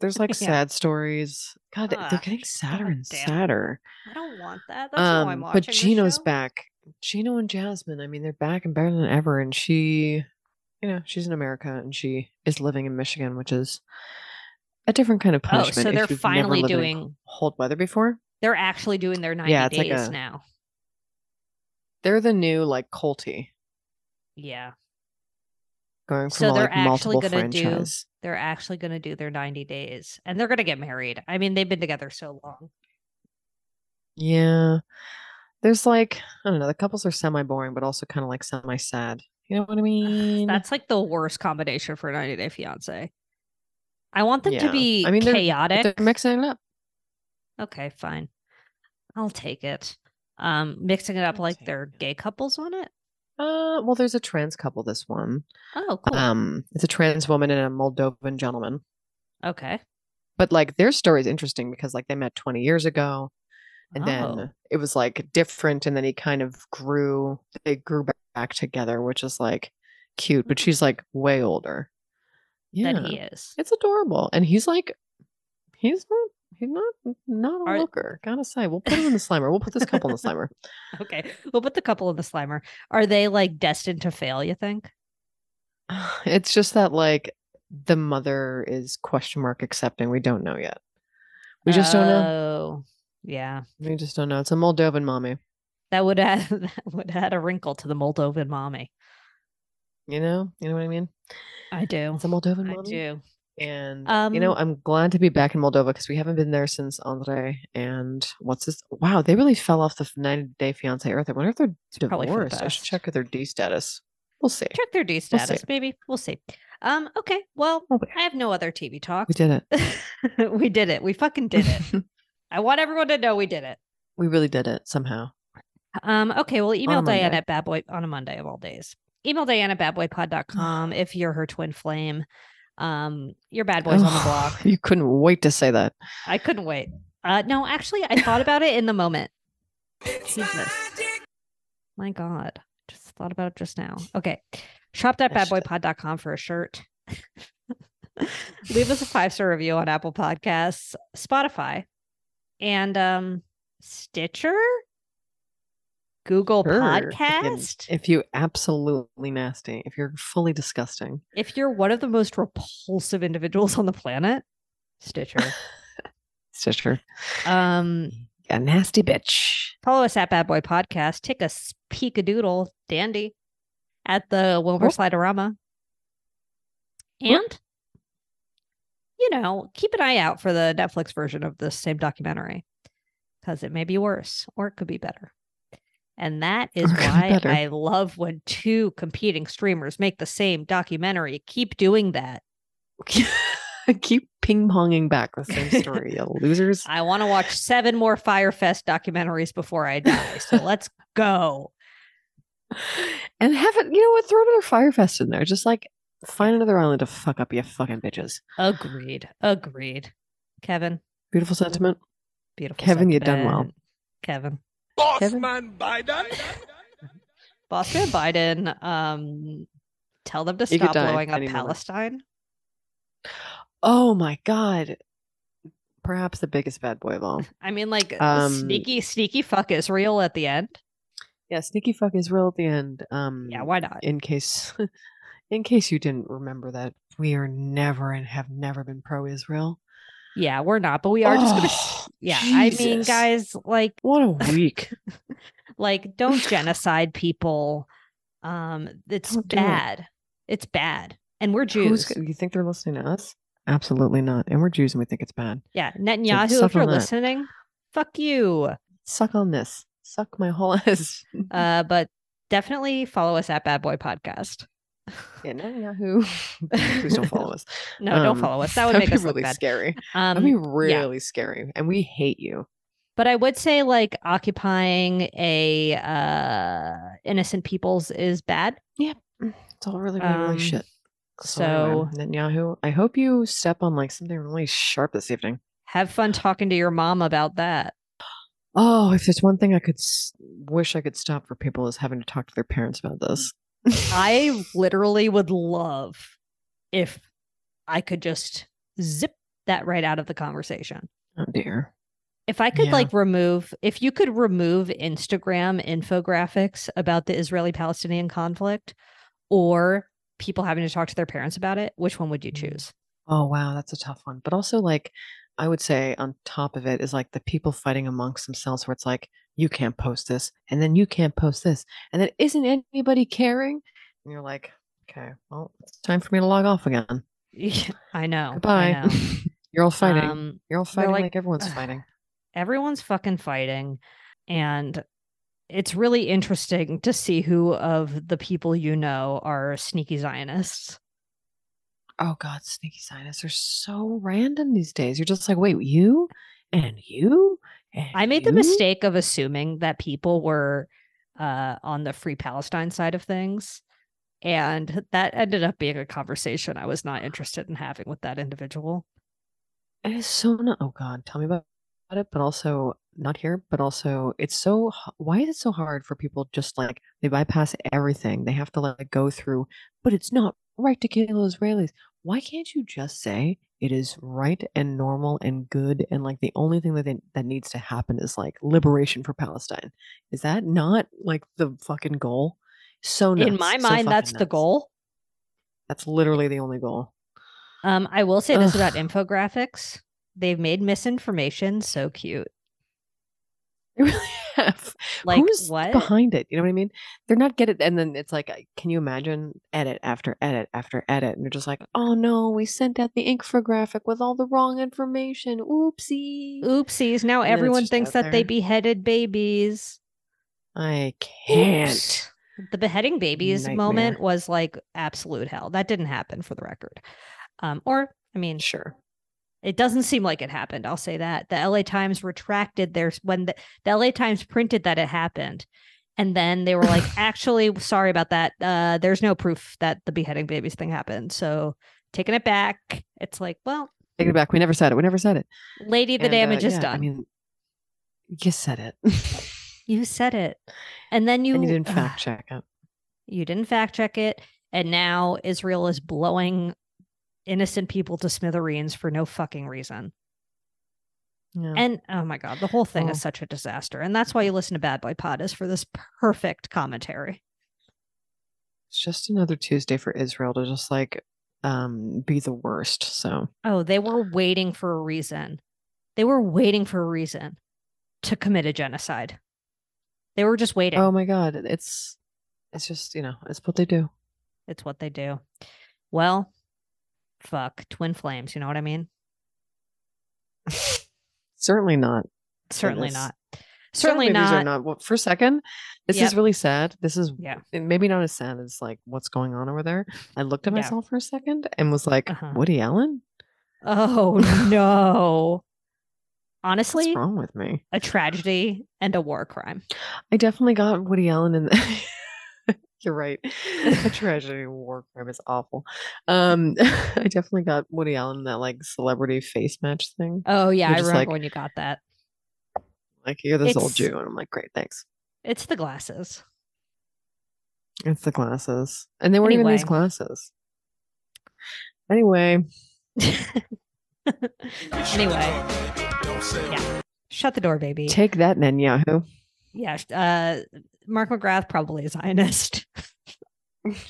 Speaker 4: there's like
Speaker 2: Yeah.
Speaker 4: sad stories. God,
Speaker 2: Ah,
Speaker 4: they're getting sadder
Speaker 2: God
Speaker 4: and
Speaker 2: damn.
Speaker 4: sadder.
Speaker 2: I don't want that.
Speaker 4: um, but Gino's back. Gino and Jasmine. I mean, they're back and better than ever. And she, you know, she's in America and she is living in Michigan, which is a different kind of
Speaker 2: Oh,
Speaker 4: punishment.
Speaker 2: so
Speaker 4: if
Speaker 2: they're
Speaker 4: you've never
Speaker 2: finally
Speaker 4: lived in
Speaker 2: doing.
Speaker 4: cold weather before.
Speaker 2: They're actually doing their 90
Speaker 4: Yeah, it's
Speaker 2: days
Speaker 4: like a-
Speaker 2: now.
Speaker 4: They're the new like Colty
Speaker 2: Yeah.
Speaker 4: going from
Speaker 2: So
Speaker 4: a,
Speaker 2: they're
Speaker 4: like multiple
Speaker 2: actually gonna do-
Speaker 4: franchise.
Speaker 2: They're actually going to do their 90 days and they're going to get married. I mean, they've been together so long.
Speaker 4: Yeah, there's like I don't know. The couples are semi boring, but also kind of like semi sad. You know what I mean?
Speaker 2: That's like the worst combination for a 90 day fiance. I want them to
Speaker 4: Yeah.
Speaker 2: be
Speaker 4: I mean, they're- But
Speaker 2: chaotic.
Speaker 4: they're mixing it up.
Speaker 2: Okay, fine. I'll take it. Um, mixing it up
Speaker 4: I'll
Speaker 2: like
Speaker 4: take
Speaker 2: they're
Speaker 4: it.
Speaker 2: gay couples on it.
Speaker 4: Uh, well, there's a trans couple. This one.
Speaker 2: Oh, cool.
Speaker 4: Um, it's a trans woman and a Moldovan gentleman.
Speaker 2: okay.
Speaker 4: But like their story is interesting because like they met 20 years ago and
Speaker 2: Oh.
Speaker 4: then it was like different and then he kind of grew they grew ba- back together, which is like cute,
Speaker 2: Mm-hmm.
Speaker 4: but she's like way older. Yeah.
Speaker 2: That he is.
Speaker 4: It's adorable. And he's like he's not he's not not a
Speaker 2: Are-
Speaker 4: looker. Gotta say. We'll put him in the slimer. We'll put this couple in the slimer.
Speaker 2: Okay. We'll put the couple in the slimer. Are they like destined to fail, you think?
Speaker 4: It's just that like the mother is question mark accepting. We don't know yet. We just don't know.
Speaker 2: Oh, Yeah.
Speaker 4: We just don't know. It's a Moldovan mommy.
Speaker 2: That would add that would add a wrinkle to the Moldovan mommy.
Speaker 4: You know, you know what I mean.
Speaker 2: I do.
Speaker 4: It's a Moldovan
Speaker 2: I
Speaker 4: mommy.
Speaker 2: do.
Speaker 4: And you know,
Speaker 2: Um,
Speaker 4: I'm glad to be back in Moldova because we haven't been there since Andre and what's this? Wow, they really fell off the f- 90 Day Fiance Earth. I wonder if they're
Speaker 2: probably for the
Speaker 4: divorced. I should
Speaker 2: best.
Speaker 4: check their D status. We'll see.
Speaker 2: Check their D
Speaker 4: We'll see.
Speaker 2: status, maybe. We'll see. Um, okay. Well, I have no other TV talk.
Speaker 4: We did it.
Speaker 2: we did it. We fucking did it. I want everyone to know we did it.
Speaker 4: we really did it somehow.
Speaker 2: Um, okay, well, email
Speaker 4: Monday.
Speaker 2: Diane at badboy on a Monday of all days. Email Diane at badboypod.com if you're her twin flame. Um, your bad boys on the block.
Speaker 4: You couldn't wait to say that.
Speaker 2: I couldn't wait. Uh, no, actually, I thought about it in the moment. Jesus. My God. Just thought about it just now. Okay. Shop.badboypod.com for a shirt. Leave us a five star review on Apple Podcasts, Spotify, and um, Stitcher, Google
Speaker 4: Sure, if you-
Speaker 2: Podcast.
Speaker 4: If you absolutely nasty, if you're fully disgusting,
Speaker 2: If you're one of the most repulsive individuals on the planet, Stitcher.
Speaker 4: Stitcher,
Speaker 2: um,
Speaker 4: a nasty bitch.
Speaker 2: Follow us at Bad Boy Podcast. Take a s- peek a doodle, dandy, at the Wilmer
Speaker 4: Whoop.
Speaker 2: Sliderama. And, you know, keep an eye out for the Netflix version of this same documentary because it may be worse or it could be better. And that is
Speaker 4: Or could be
Speaker 2: why
Speaker 4: better.
Speaker 2: I love when two competing streamers make the same documentary. Keep doing that.
Speaker 4: Keep ping ponging back the same story, you losers.
Speaker 2: I want to watch seven more Firefest documentaries before I die. So let's go.
Speaker 4: And have it, you know what? Throw another Firefest in there. Just like find another island to fuck up, you fucking bitches.
Speaker 2: Agreed. Agreed. Kevin,
Speaker 4: Beautiful sentiment.
Speaker 2: beautiful.
Speaker 4: Kevin, you done well.
Speaker 2: sentiment. Kevin,
Speaker 4: Kevin?
Speaker 9: Bossman Biden.
Speaker 2: Boston Biden, um, tell them to
Speaker 4: could
Speaker 2: stop
Speaker 4: die
Speaker 2: blowing up
Speaker 4: any moment.
Speaker 2: Palestine.
Speaker 4: Oh my god. Perhaps the biggest bad boy of all.
Speaker 2: I mean, like
Speaker 4: Um,
Speaker 2: sneaky, sneaky fuck Israel at the end.
Speaker 4: Yeah, sneaky fuck is real at the end. Um
Speaker 2: Yeah, why not?
Speaker 4: in case in case you didn't remember that we are never and have never been pro Israel.
Speaker 2: Yeah, we're not, but we are just
Speaker 4: Oh,
Speaker 2: gonna. Yeah, I mean, guys, like,
Speaker 4: What a week.
Speaker 2: like, don't genocide people. Um, it's
Speaker 4: Don't do it.
Speaker 2: bad. It's bad, and we're
Speaker 4: Who's,
Speaker 2: Jews.
Speaker 4: gonna- you think they're listening to us? Absolutely not. And we're Jews and we think it's bad.
Speaker 2: Yeah, Netanyahu,
Speaker 4: suck
Speaker 2: if you're
Speaker 4: on that.
Speaker 2: listening, fuck you.
Speaker 4: Suck on this. Suck my whole ass.
Speaker 2: Uh, but definitely follow us at Bad Boy Podcast.
Speaker 4: Yeah, Netanyahu. Please don't follow us.
Speaker 2: No, don't
Speaker 4: Um,
Speaker 2: follow us. That would
Speaker 4: that'd
Speaker 2: make
Speaker 4: be
Speaker 2: us
Speaker 4: really
Speaker 2: look bad.
Speaker 4: scary.
Speaker 2: Um,
Speaker 4: That'd be really scary. And we hate you.
Speaker 2: but I would say like occupying a uh innocent peoples is bad.
Speaker 4: It's all really, really, really
Speaker 2: Um,
Speaker 4: shit. anyway, Netanyahu, I hope you step on like something really sharp this evening.
Speaker 2: Have fun talking to your mom about that.
Speaker 4: Oh, if there's one thing I could s- wish I could stop for people is having to talk to their parents about this.
Speaker 2: I literally would love if I could just zip that right out of the conversation.
Speaker 4: Oh dear.
Speaker 2: If I could
Speaker 4: Yeah.
Speaker 2: like remove, if you could remove Instagram infographics about the Israeli Palestinian conflict or people having to talk to their parents about it, which one would you
Speaker 4: Mm.
Speaker 2: choose?
Speaker 4: Oh wow, that's a tough one. But also like I would say on top of it is like the people fighting amongst themselves where it's like you can't post this and then you can't post this and then isn't anybody caring? And you're like, okay, well, it's time for me to log off again.
Speaker 2: I know. I
Speaker 4: Goodbye.
Speaker 2: know.
Speaker 4: you're all fighting.
Speaker 2: Um,
Speaker 4: you're all
Speaker 2: they're
Speaker 4: fighting
Speaker 2: like,
Speaker 4: like, everyone's
Speaker 2: "Ugh."
Speaker 4: fighting.
Speaker 2: everyone's fucking fighting. And it's really interesting to see who of the people you know are sneaky Zionists.
Speaker 4: Oh God, sneaky sinuses are so random these days. You're just like, wait, you and you. And
Speaker 2: I made the
Speaker 4: you?"
Speaker 2: mistake of assuming that people were uh, on the Free Palestine side of things. And that ended up being a conversation I was not interested in having with that individual.
Speaker 4: It is so not. Oh God, tell me about, about it. But also not here. But also, it's so. h- Why is it so hard for people? Just like they bypass everything. They have to like go through. But it's not right to kill Israelis. Why can't you just say it is right and normal and good and like the only thing that they, that needs to happen is like liberation for Palestine? Is that not like the fucking goal? So nuts.
Speaker 2: In my
Speaker 4: so
Speaker 2: mind, that's
Speaker 4: fucking
Speaker 2: the
Speaker 4: nuts.
Speaker 2: goal.
Speaker 4: That's literally the only goal.
Speaker 2: Um, I will say this
Speaker 4: Ugh.
Speaker 2: about infographics. They've made misinformation so cute.
Speaker 4: They really have.
Speaker 2: Like
Speaker 4: Who's
Speaker 2: what?
Speaker 4: behind it? You know what I mean? They're not getting, and then it's like, I- can you imagine edit after edit after edit? And they're just like, oh no, we sent out the infographic with all the wrong information. Oopsie.
Speaker 2: Oopsies. Now
Speaker 4: And then it's
Speaker 2: everyone
Speaker 4: just
Speaker 2: thinks
Speaker 4: out
Speaker 2: that they
Speaker 4: there.
Speaker 2: beheaded babies.
Speaker 4: I can't.
Speaker 2: Oops. The beheading babies
Speaker 4: Nightmare.
Speaker 2: moment was like absolute hell. That didn't happen for the record. Um, or, I mean,
Speaker 4: Sure.
Speaker 2: It doesn't seem like it happened. I'll say that. The LA Times retracted their when the, the LA Times printed that it happened. And then they were like, actually, sorry about that. Uh, there's no proof that the beheading babies thing happened. So taking it back, it's like, well,
Speaker 4: Take it back. We never said it. We never said it.
Speaker 2: lady, the
Speaker 4: And, uh,
Speaker 2: damage is
Speaker 4: yeah,
Speaker 2: done.
Speaker 4: I mean, you said it.
Speaker 2: you said it. And then you, ah.
Speaker 4: and you didn't
Speaker 2: ugh,
Speaker 4: fact check it.
Speaker 2: you didn't fact check it. And now Israel is blowing innocent people to smithereens for no fucking reason.
Speaker 4: Yeah.
Speaker 2: And oh my god, the whole thing
Speaker 4: Oh.
Speaker 2: is such a disaster. And that's why you listen to Bad Boy Pod is for this perfect commentary.
Speaker 4: it's just another Tuesday for Israel to just like um be the worst. So
Speaker 2: Oh, they were waiting for a reason. They were waiting for a reason to commit a genocide. They were just waiting.
Speaker 4: oh my god, it's it's just, you know, it's what they do.
Speaker 2: It's what they do. Well, fuck, twin flames, you know what I mean?
Speaker 4: Certainly not.
Speaker 2: Certainly
Speaker 4: Goodness.
Speaker 2: not. Certainly,
Speaker 4: These
Speaker 2: not.
Speaker 4: are not well, for a second. This
Speaker 2: Yep.
Speaker 4: is really sad. This is
Speaker 2: Yeah.
Speaker 4: and maybe not as sad as like what's going on over there. I looked at
Speaker 2: Yeah.
Speaker 4: myself for a second and was like,
Speaker 2: Uh-huh.
Speaker 4: Woody Allen?
Speaker 2: Oh no. Honestly,
Speaker 4: What's wrong with me?
Speaker 2: a tragedy and a war crime.
Speaker 4: I definitely got Woody Allen in the You're right. A tragedy of war crime is awful. Um, I definitely got Woody Allen in that like celebrity face match thing.
Speaker 2: Oh yeah,
Speaker 4: You're
Speaker 2: I
Speaker 4: just
Speaker 2: remember
Speaker 4: like-
Speaker 2: when you got that.
Speaker 4: Like you're this old
Speaker 2: It's-
Speaker 4: Jew, and I'm like, great, thanks.
Speaker 2: It's the glasses.
Speaker 4: It's the glasses, and they weren't even these
Speaker 2: Anyway.
Speaker 4: glasses. Anyway,
Speaker 2: anyway, yeah. Shut the door, baby.
Speaker 4: take that, Netanyahu.
Speaker 2: yeah. sh- Uh, Mark McGrath probably a Zionist.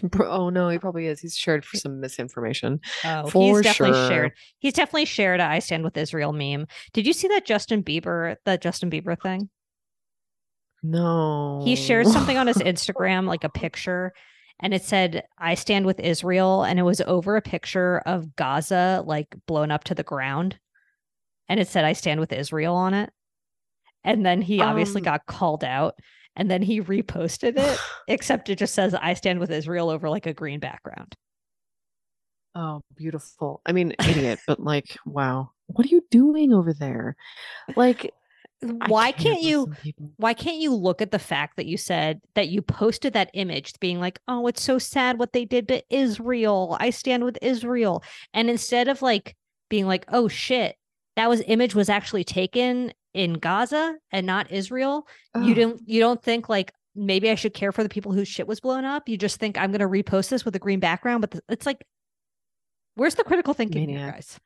Speaker 4: Bro- Oh no, he probably is. He's shared for some misinformation.
Speaker 2: Oh,
Speaker 4: For
Speaker 2: he's definitely
Speaker 4: sure.
Speaker 2: shared. He's definitely shared. a I stand with Israel meme. Did you see that Justin Bieber? That Justin Bieber thing.
Speaker 4: No,
Speaker 2: He shared something on his Instagram, like a picture, and it said "I stand with Israel," and it was over a picture of Gaza, like blown up to the ground, and it said "I stand with Israel" on it. And then he obviously
Speaker 4: Um,
Speaker 2: got called out, and then he reposted it. except it just says I stand with Israel over like a green background.
Speaker 4: Oh, beautiful. I mean, idiot, but like, wow, what are you doing over there? Like, I
Speaker 2: Why can't
Speaker 4: with
Speaker 2: you
Speaker 4: some people.
Speaker 2: why can't you look at the fact that you said that you posted that image being like, "Oh, it's so sad what they did to Israel. I stand with Israel." And instead of like being like, "Oh shit, that was image was actually taken in Gaza and not Israel." You
Speaker 4: Ugh.
Speaker 2: don't you don't think like maybe I should care for the people whose shit was blown up. You just think I'm going to repost this with a green background, but th- it's like where's the critical thinking here,
Speaker 4: Maniac.
Speaker 2: guys?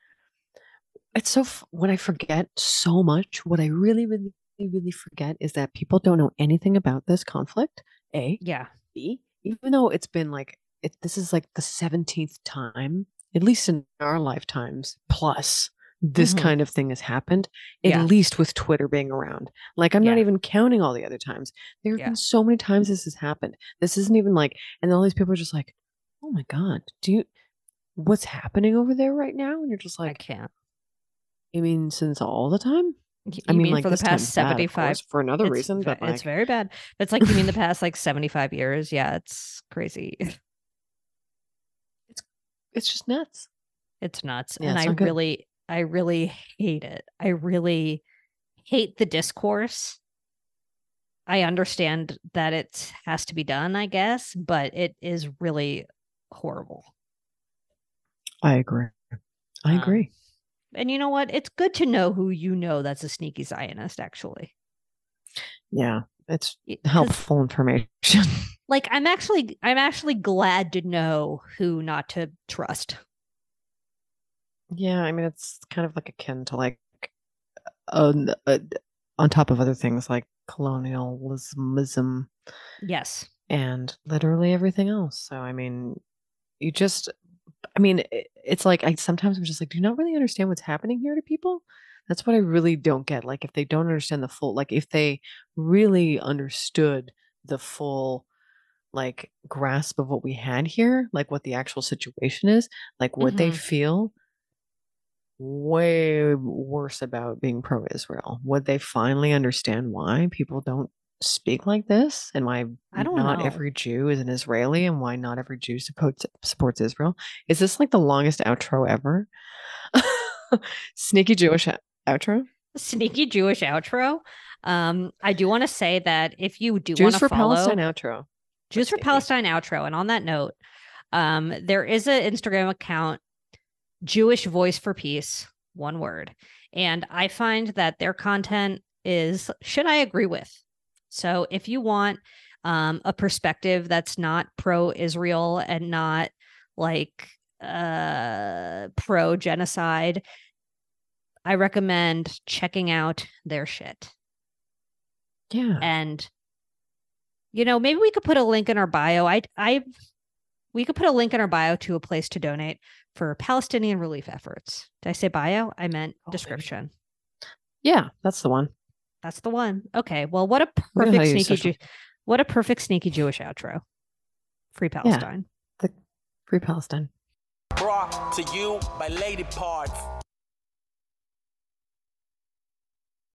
Speaker 4: it's so f- when I forget so much, what I really, really, really forget is that people don't know anything about this conflict. A,
Speaker 2: Yeah.
Speaker 4: B, even though it's been like it, this is like the seventeenth time, at least in our lifetimes, plus this
Speaker 2: Mhm.
Speaker 4: kind of thing has happened. At
Speaker 2: Yeah.
Speaker 4: least with Twitter being around, like I'm not
Speaker 2: Yeah.
Speaker 4: even counting all the other times. There have
Speaker 2: Yeah.
Speaker 4: been so many times this has happened. This isn't even like, and all these people are just like, "Oh my god, do you?" What's happening over there right now? And you're just
Speaker 2: I
Speaker 4: like,
Speaker 2: can't.
Speaker 4: I mean, since all the time.
Speaker 2: Y- You
Speaker 4: I mean, like
Speaker 2: for the
Speaker 4: this time
Speaker 2: past
Speaker 4: it's bad, of
Speaker 2: seventy five?
Speaker 4: course, for another
Speaker 2: It's
Speaker 4: reason,
Speaker 2: ve-
Speaker 4: but like,
Speaker 2: it's very bad. It's like you mean the past like seventy five years? Yeah, it's crazy.
Speaker 4: it's just nuts.
Speaker 2: It's nuts,
Speaker 4: Yeah,
Speaker 2: and
Speaker 4: it's
Speaker 2: I
Speaker 4: not good.
Speaker 2: really, I really hate it. I really hate the discourse. I understand that it has to be done, I guess, but it is really horrible.
Speaker 4: I agree. I
Speaker 2: Um,
Speaker 4: agree.
Speaker 2: And you know what? It's good to know who you know that's a sneaky Zionist, actually.
Speaker 4: Yeah, it's
Speaker 2: Y- 'cause,
Speaker 4: helpful information.
Speaker 2: Like I'm actually I'm actually glad to know who not to trust.
Speaker 4: yeah, I mean, it's kind of like akin to like on uh, on top of other things like colonialism
Speaker 2: Yes.
Speaker 4: and literally everything else. So I mean, you just I mean, it, it's like I sometimes I'm just like, do you not really understand what's happening here to people? That's what I really don't get. Like, if they don't understand the full, like, if they really understood the full, like, grasp of what we had here, like what the actual situation is, like what they
Speaker 6: Mhm.
Speaker 4: feel, way worse about being pro Israel. Would they finally understand why people don't speak like this and why
Speaker 2: I don't
Speaker 4: not
Speaker 2: know.
Speaker 4: every Jew is an Israeli and why not every Jew supports, supports Israel? Is this like the longest outro ever? Sneaky Jewish ou- outro?
Speaker 2: Sneaky Jewish outro. Um, I do want to say that if you do want
Speaker 4: Jews
Speaker 2: to
Speaker 4: for
Speaker 2: follow
Speaker 4: Palestine outro.
Speaker 2: Jews for
Speaker 4: Sneaky.
Speaker 2: Palestine outro, and on that note, um, there is an Instagram account, Jewish Voice for Peace, one word, and I find that their content is should I agree with. So if you want um, a perspective that's not pro-Israel and not like uh, pro-genocide, I recommend checking out their shit
Speaker 4: Yeah.
Speaker 2: and you know maybe we could put a link in our bio i i we could put a link in our bio to a place to donate for palestinian relief efforts did i say bio i meant
Speaker 4: Oh, there you go.
Speaker 2: description
Speaker 4: Yeah, that's the one.
Speaker 2: that's the one okay well what a
Speaker 4: We know how
Speaker 2: perfect
Speaker 4: to use
Speaker 2: sneaky
Speaker 4: social-
Speaker 2: Jew- what a perfect sneaky jewish outro free palestine
Speaker 4: Free Palestine.
Speaker 1: Brought to you by Lady Parts.